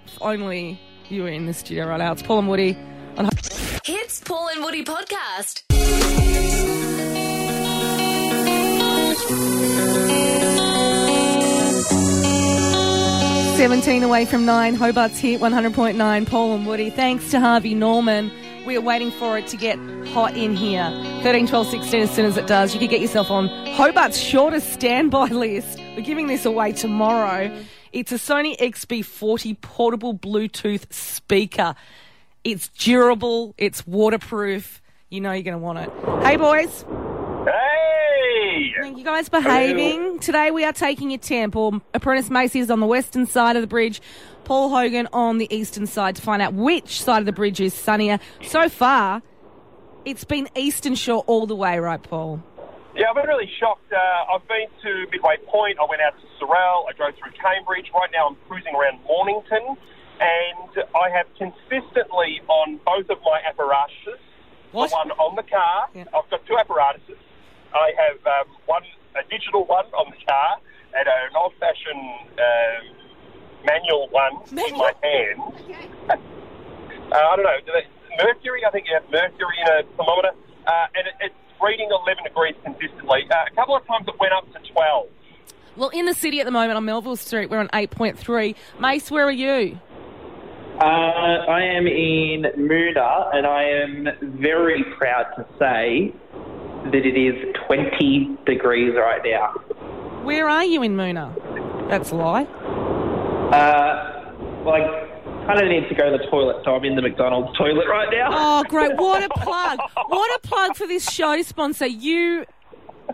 Speaker 5: If only you were in the studio right now. It's Paul and Woody. On-
Speaker 3: Hits Paul and Woody podcast.
Speaker 5: Seventeen away from nine. Hobart's hit one hundred point nine. Paul and Woody. Thanks to Harvey Norman. We are waiting for it to get hot in here. 13, 12, 16, as soon as it does, you could get yourself on Hobart's shortest standby (laughs) list. We're giving this away tomorrow. It's a Sony XB40 portable Bluetooth speaker. It's durable, it's waterproof. You know you're going to want it. Hey, boys.
Speaker 15: Hey!
Speaker 5: Thank you guys (laughs) behaving. Today we are taking your temple. Apprentice Macy is on the western side of the bridge. Paul Hogan on the eastern side to find out which side of the bridge is sunnier. So far, it's been eastern shore all the way, right, Paul?
Speaker 15: Yeah, I've been really shocked. Uh, I've been to Midway Point. I went out to Sorrel. I drove through Cambridge. Right now, I'm cruising around Mornington. and I have consistently on both of my apparatuses, the one on the car, I've got two apparatuses. I have um, one, a digital one on the car, and an old-fashioned um, manual one in my hand. uh, I don't know, do they, mercury. I think you have mercury in a thermometer, uh, and it, it's reading 11 degrees consistently. Uh, a couple of times it went up to 12.
Speaker 5: Well, in the city at the moment on Melville Street, we're on 8.3. Mace, where are you?
Speaker 21: Uh, I am in Moona, and I am very proud to say that it is 20 degrees right now.
Speaker 5: Where are you in Moona? That's a lie.
Speaker 21: Uh, like, kind of need to go to the toilet, so I'm in the McDonald's toilet right now.
Speaker 5: Oh, great. What a
Speaker 21: (laughs)
Speaker 5: plug. What a plug for this show sponsor. You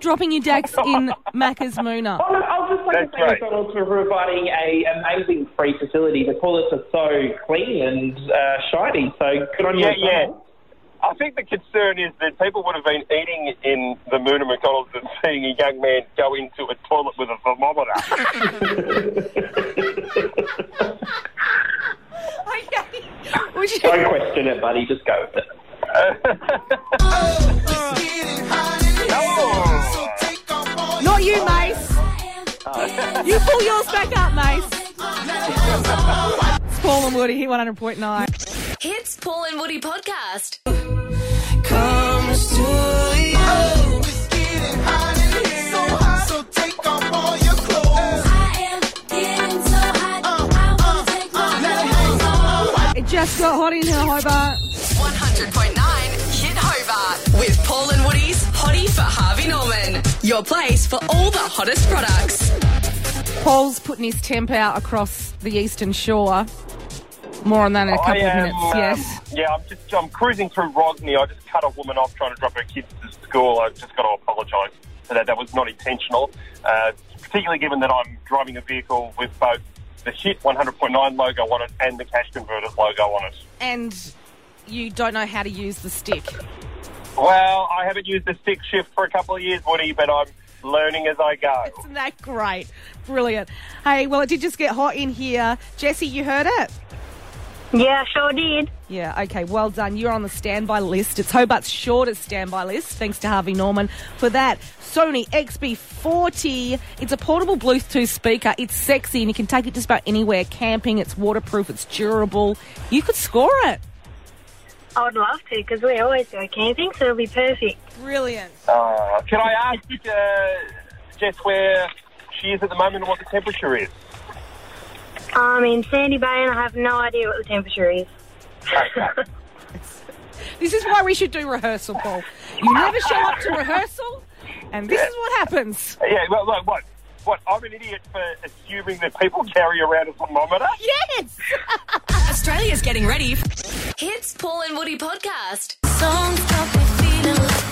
Speaker 5: dropping your dags in Macca's Moona.
Speaker 21: Oh, I was just (laughs) like to thank McDonald's for providing a amazing free facility. The toilets are so clean and uh, shiny, so good on you.
Speaker 15: Yeah, yeah.
Speaker 21: McDonald's.
Speaker 15: I think the concern is that people would have been eating in the Moon and McDonald's and seeing a young man go into a toilet with a thermometer.
Speaker 21: (laughs) Don't question it, buddy. Just go with it.
Speaker 5: Not you, Mace. You pull yours back up, Mace. It's Paul and Woody, hit 100.9.
Speaker 3: Hits Paul and Woody podcast.
Speaker 2: Comes to you.
Speaker 5: It just got hot in here, Hobart.
Speaker 11: 100.9 Hit Hobart with Paul and Woody's Hottie for Harvey Norman. Your place for all the hottest products.
Speaker 5: Paul's putting his temp out across the eastern shore. More on that in a couple of minutes,
Speaker 15: um,
Speaker 5: yes.
Speaker 15: Yeah, I'm just I'm cruising through Rosny. I just cut a woman off trying to drop her kids to school. I've just got to apologise for that. That was not intentional, uh, particularly given that I'm driving a vehicle with both the Hit 100.9 logo on it and the Cash Converters logo on it.
Speaker 5: And you don't know how to use the stick.
Speaker 15: Well, I haven't used the stick shift for a couple of years, Woody, but I'm learning as I go.
Speaker 5: Isn't that great? Brilliant. Hey, well, it did just get hot in here. Jesse, you heard it?
Speaker 19: Yeah, sure did.
Speaker 5: Yeah, okay, well done. You're on the standby list. It's Hobart's shortest standby list, thanks to Harvey Norman for that. Sony XB40. It's a portable Bluetooth speaker. It's sexy and you can take it just about anywhere camping. It's waterproof, it's durable. You could score it.
Speaker 19: I would love to because we always go camping, so it'll be perfect.
Speaker 5: Brilliant.
Speaker 15: Uh, can I ask uh, Jess where she is at the moment and what the temperature is?
Speaker 19: I'm in Sandy Bay and I have no idea what the temperature is.
Speaker 5: This is why we should do rehearsal, Paul. You never show up to rehearsal, and this is what happens.
Speaker 15: Yeah, well, look, what? What? I'm an idiot for assuming that people carry around a thermometer.
Speaker 5: Yes! (laughs)
Speaker 3: Australia's getting ready. Hits Paul and Woody podcast.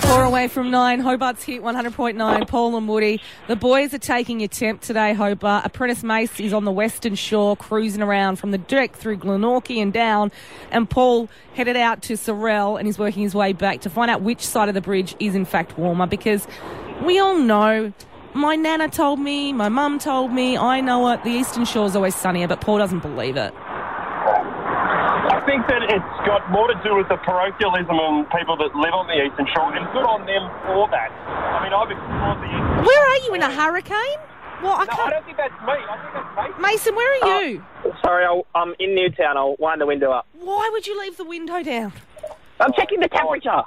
Speaker 5: Four away from nine. Hobart's hit 100.9. Paul and Woody. The boys are taking your temp today, Hobart. Apprentice Mace is on the western shore, cruising around from the deck through Glenorchy and down. And Paul headed out to Sorel and he's working his way back to find out which side of the bridge is in fact warmer because we all know. My nana told me, my mum told me, I know it. The eastern shore's always sunnier, but Paul doesn't believe it.
Speaker 15: I think that it's got more to do with the parochialism and people that live on the eastern shore, and good on them for that. I mean, I've explored the eastern.
Speaker 5: Where are you in a hurricane? Well, I
Speaker 15: no,
Speaker 5: can't.
Speaker 15: I don't think that's me. I think that's Mason.
Speaker 5: Mason, where are you?
Speaker 21: Uh,
Speaker 16: Sorry, I'll, I'm in Newtown. I'll wind the window up.
Speaker 5: Why would you leave the window down?
Speaker 16: I'm checking the temperature.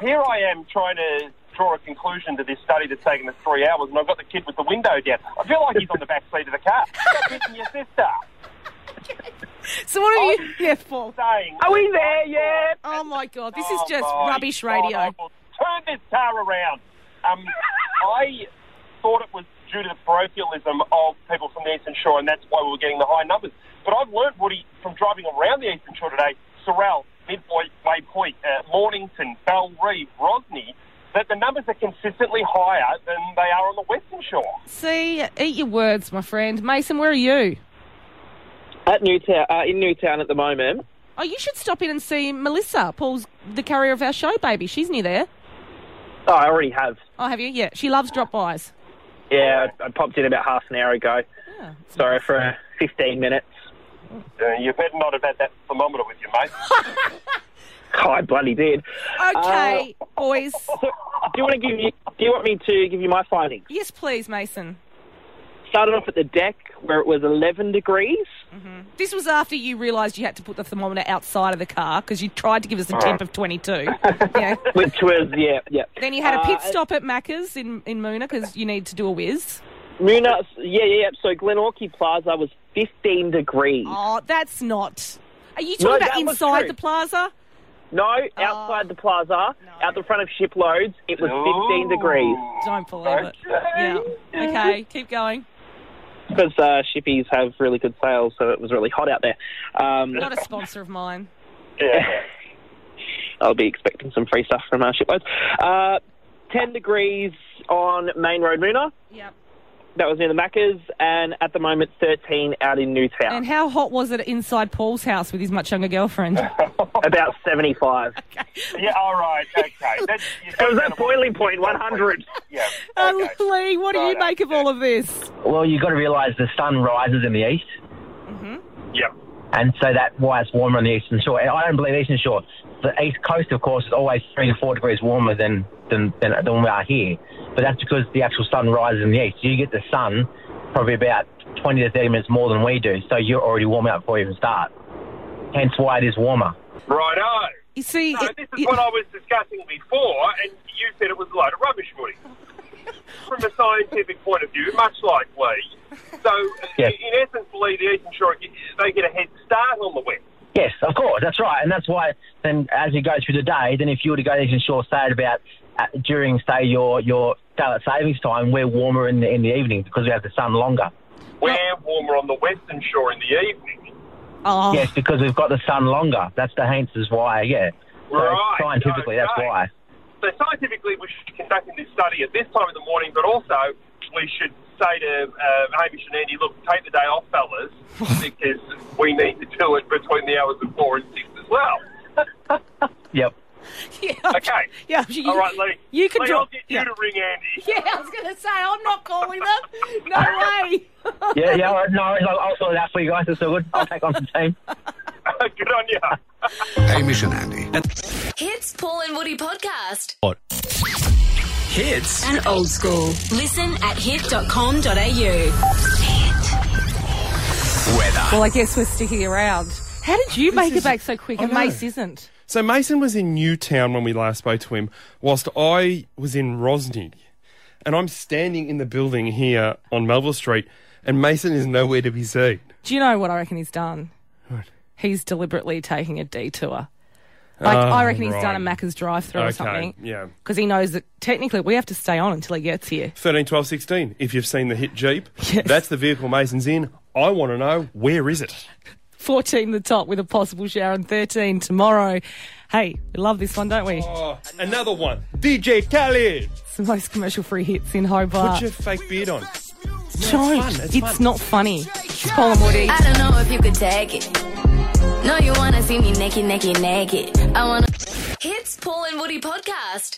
Speaker 15: Here I am trying to draw a conclusion to this study that's taken us three hours, and I've got the kid with the window down. I feel like he's on the back seat of the car. Stop hitting your sister.
Speaker 5: (laughs) So what are you? Yeah, Paul.
Speaker 15: Are we there yet?
Speaker 5: Oh my God, this is
Speaker 15: Oh,
Speaker 5: just
Speaker 15: my
Speaker 5: rubbish
Speaker 15: God,
Speaker 5: radio.
Speaker 15: I will turn this car around. Um, I thought it was due to the parochialism of people from the Eastern Shore, and that's why we were getting the high numbers. But I've learned, Woody, from driving around the Eastern Shore today, Sorrel, Midway Way Point, uh, Mornington, Bell Reeve, Rosny, that the numbers are consistently higher than they are on the Western Shore.
Speaker 5: See, eat your words, my friend. Mason, where are you?
Speaker 16: At Newtown, uh, in Newtown at the moment.
Speaker 5: Oh, you should stop in and see Melissa, Paul's the carrier of our show, baby. She's near there.
Speaker 16: Oh, I already have.
Speaker 5: Oh, have you? Yeah, she loves drop bys. Ah,
Speaker 16: Yeah, I, I popped in about half an hour ago.
Speaker 5: Yeah.
Speaker 16: Sorry for uh, 15 minutes.
Speaker 15: Uh, you better not have had that thermometer with you,
Speaker 5: (laughs)
Speaker 15: mate.
Speaker 16: I bloody did.
Speaker 5: Okay,
Speaker 16: Uh, (laughs)
Speaker 5: boys.
Speaker 16: Do you want to give you? Do you want me to give you my findings?
Speaker 5: Yes, please, Mason.
Speaker 16: Started off at the deck where it was 11 degrees.
Speaker 5: This was after you realised you had to put the thermometer outside of the car because you tried to give us a temp of 22. yeah.
Speaker 16: Which was yeah, yeah.
Speaker 5: Then you had a pit
Speaker 16: Uh,
Speaker 5: stop at Macca's in, in Moona because you need to do a whiz.
Speaker 16: Moona, yeah, yeah, yeah. So Glenorchy Plaza was 15 degrees.
Speaker 5: Oh, that's not. Are you
Speaker 16: No,
Speaker 5: talking about
Speaker 16: that was
Speaker 5: inside
Speaker 16: true.
Speaker 5: the plaza? Oh.
Speaker 16: No, outside the plaza, out the front of shiploads, it was 15 degrees.
Speaker 5: Don't believe it. Yeah. Okay, keep going.
Speaker 16: Because uh, shippies have really good sales, so it was really hot out there.
Speaker 4: (laughs)
Speaker 16: Um,
Speaker 5: Not a (laughs) sponsor of mine.
Speaker 16: (laughs) I'll be expecting some free stuff from our shiploads. Uh, 10 degrees on Main Road Moona.
Speaker 5: Yep.
Speaker 16: That was near the Macca's, and at the moment, 13 out in Newtown.
Speaker 5: And how hot was it inside Paul's house with his much
Speaker 4: (laughs)
Speaker 5: younger girlfriend?
Speaker 16: (laughs) About 75.
Speaker 15: Yeah, all right, okay. That's, it
Speaker 16: was at boiling point 100.
Speaker 15: Yeah.
Speaker 5: Oh, Lee, what do you make of all of this?
Speaker 20: Well, you've got to realise the sun rises in the east.
Speaker 15: Yep.
Speaker 20: And so that's why it's warmer on the eastern shore. And I don't believe eastern shore. The east coast, of course, is always three to four degrees warmer than, than, than, than we are here. But that's because the actual sun rises in the east. You get the sun probably about 20 to 30 minutes more than we do. So you're already warm out before you even start. Hence why it is warmer.
Speaker 15: Righto.
Speaker 5: You see,
Speaker 15: so this is what I was discussing before, and you said it was a load of rubbish,
Speaker 5: (laughs)
Speaker 15: Woody. From a scientific point of view, much like we. So,
Speaker 20: Yeah.
Speaker 15: in essence, Lee, the Eastern Shore, they get a head start on the West.
Speaker 20: Yes, of course, that's right, and that's why. Then, as you go through the day, then if you were to go to Eastern Shore, say at about uh, during, say your your daylight savings time, we're warmer in the in the evening because we have the sun longer.
Speaker 15: We're warmer on the Western Shore in the evening.
Speaker 5: Oh.
Speaker 20: Yes, because we've got the sun longer. That's the hence is why. Yeah, so
Speaker 15: Right,
Speaker 20: scientifically, that's
Speaker 15: okay.
Speaker 20: why.
Speaker 15: So, scientifically, we should be conducting this study at this time in the morning, but also we should say to uh, Hamish and Andy, look, take the day off,
Speaker 5: (laughs)
Speaker 15: fellas, because we need to do it between the hours of four and six as well.
Speaker 20: Yep.
Speaker 5: (laughs) Yeah.
Speaker 15: Okay.
Speaker 5: Yeah. You,
Speaker 15: All right, Lee.
Speaker 5: You can
Speaker 15: Lee,
Speaker 5: draw-
Speaker 15: I'll get you
Speaker 5: yeah.
Speaker 15: to ring Andy.
Speaker 5: (laughs) Yeah, I was going to say, I'm not calling (laughs) them. No way.
Speaker 20: Yeah, yeah. all right, No, worries, I'll, I'll sort it out for you guys. That's all good. I'll take on the team.
Speaker 15: Good on you.
Speaker 1: Hamish and Andy.
Speaker 3: Hits Paul and Woody podcast.
Speaker 1: What? Hits.
Speaker 3: And old school. Listen at hit.com.au.
Speaker 1: Weather.
Speaker 5: Well, I guess we're sticking around. How did you make it
Speaker 4: is-
Speaker 5: back so quick?
Speaker 4: I
Speaker 5: And
Speaker 4: know.
Speaker 5: Mace isn't.
Speaker 4: So Mason was in Newtown when we last spoke to him, whilst I was in Rosny. And I'm standing in the building here on Melville Street, and Mason is nowhere to be seen.
Speaker 5: Do you know what I reckon he's done? He's deliberately taking a detour. Like, I
Speaker 4: Oh,
Speaker 5: reckon he's done a
Speaker 4: right.
Speaker 5: Macca's drive through or
Speaker 4: Okay,
Speaker 5: something.
Speaker 4: yeah.
Speaker 5: Because he knows that technically we have to stay on until he gets here.
Speaker 4: 13, 12, 16, if you've seen the hit Jeep, that's the vehicle Mason's in. I want to know, where is it?
Speaker 5: 14 the top with a possible shower and 13 tomorrow. Hey, we love this one, don't we?
Speaker 4: Oh, another one. DJ Khaled.
Speaker 5: It's the most commercial free hits in
Speaker 4: Put
Speaker 5: Hobart.
Speaker 4: your fake beard on.
Speaker 5: Don't.
Speaker 4: fun, it's fun.
Speaker 5: not funny. It's Paul and Woody.
Speaker 3: I don't know if you could take it. No, you wanna see me naked, naked, naked. I wanna. Hits Paul and Woody podcast.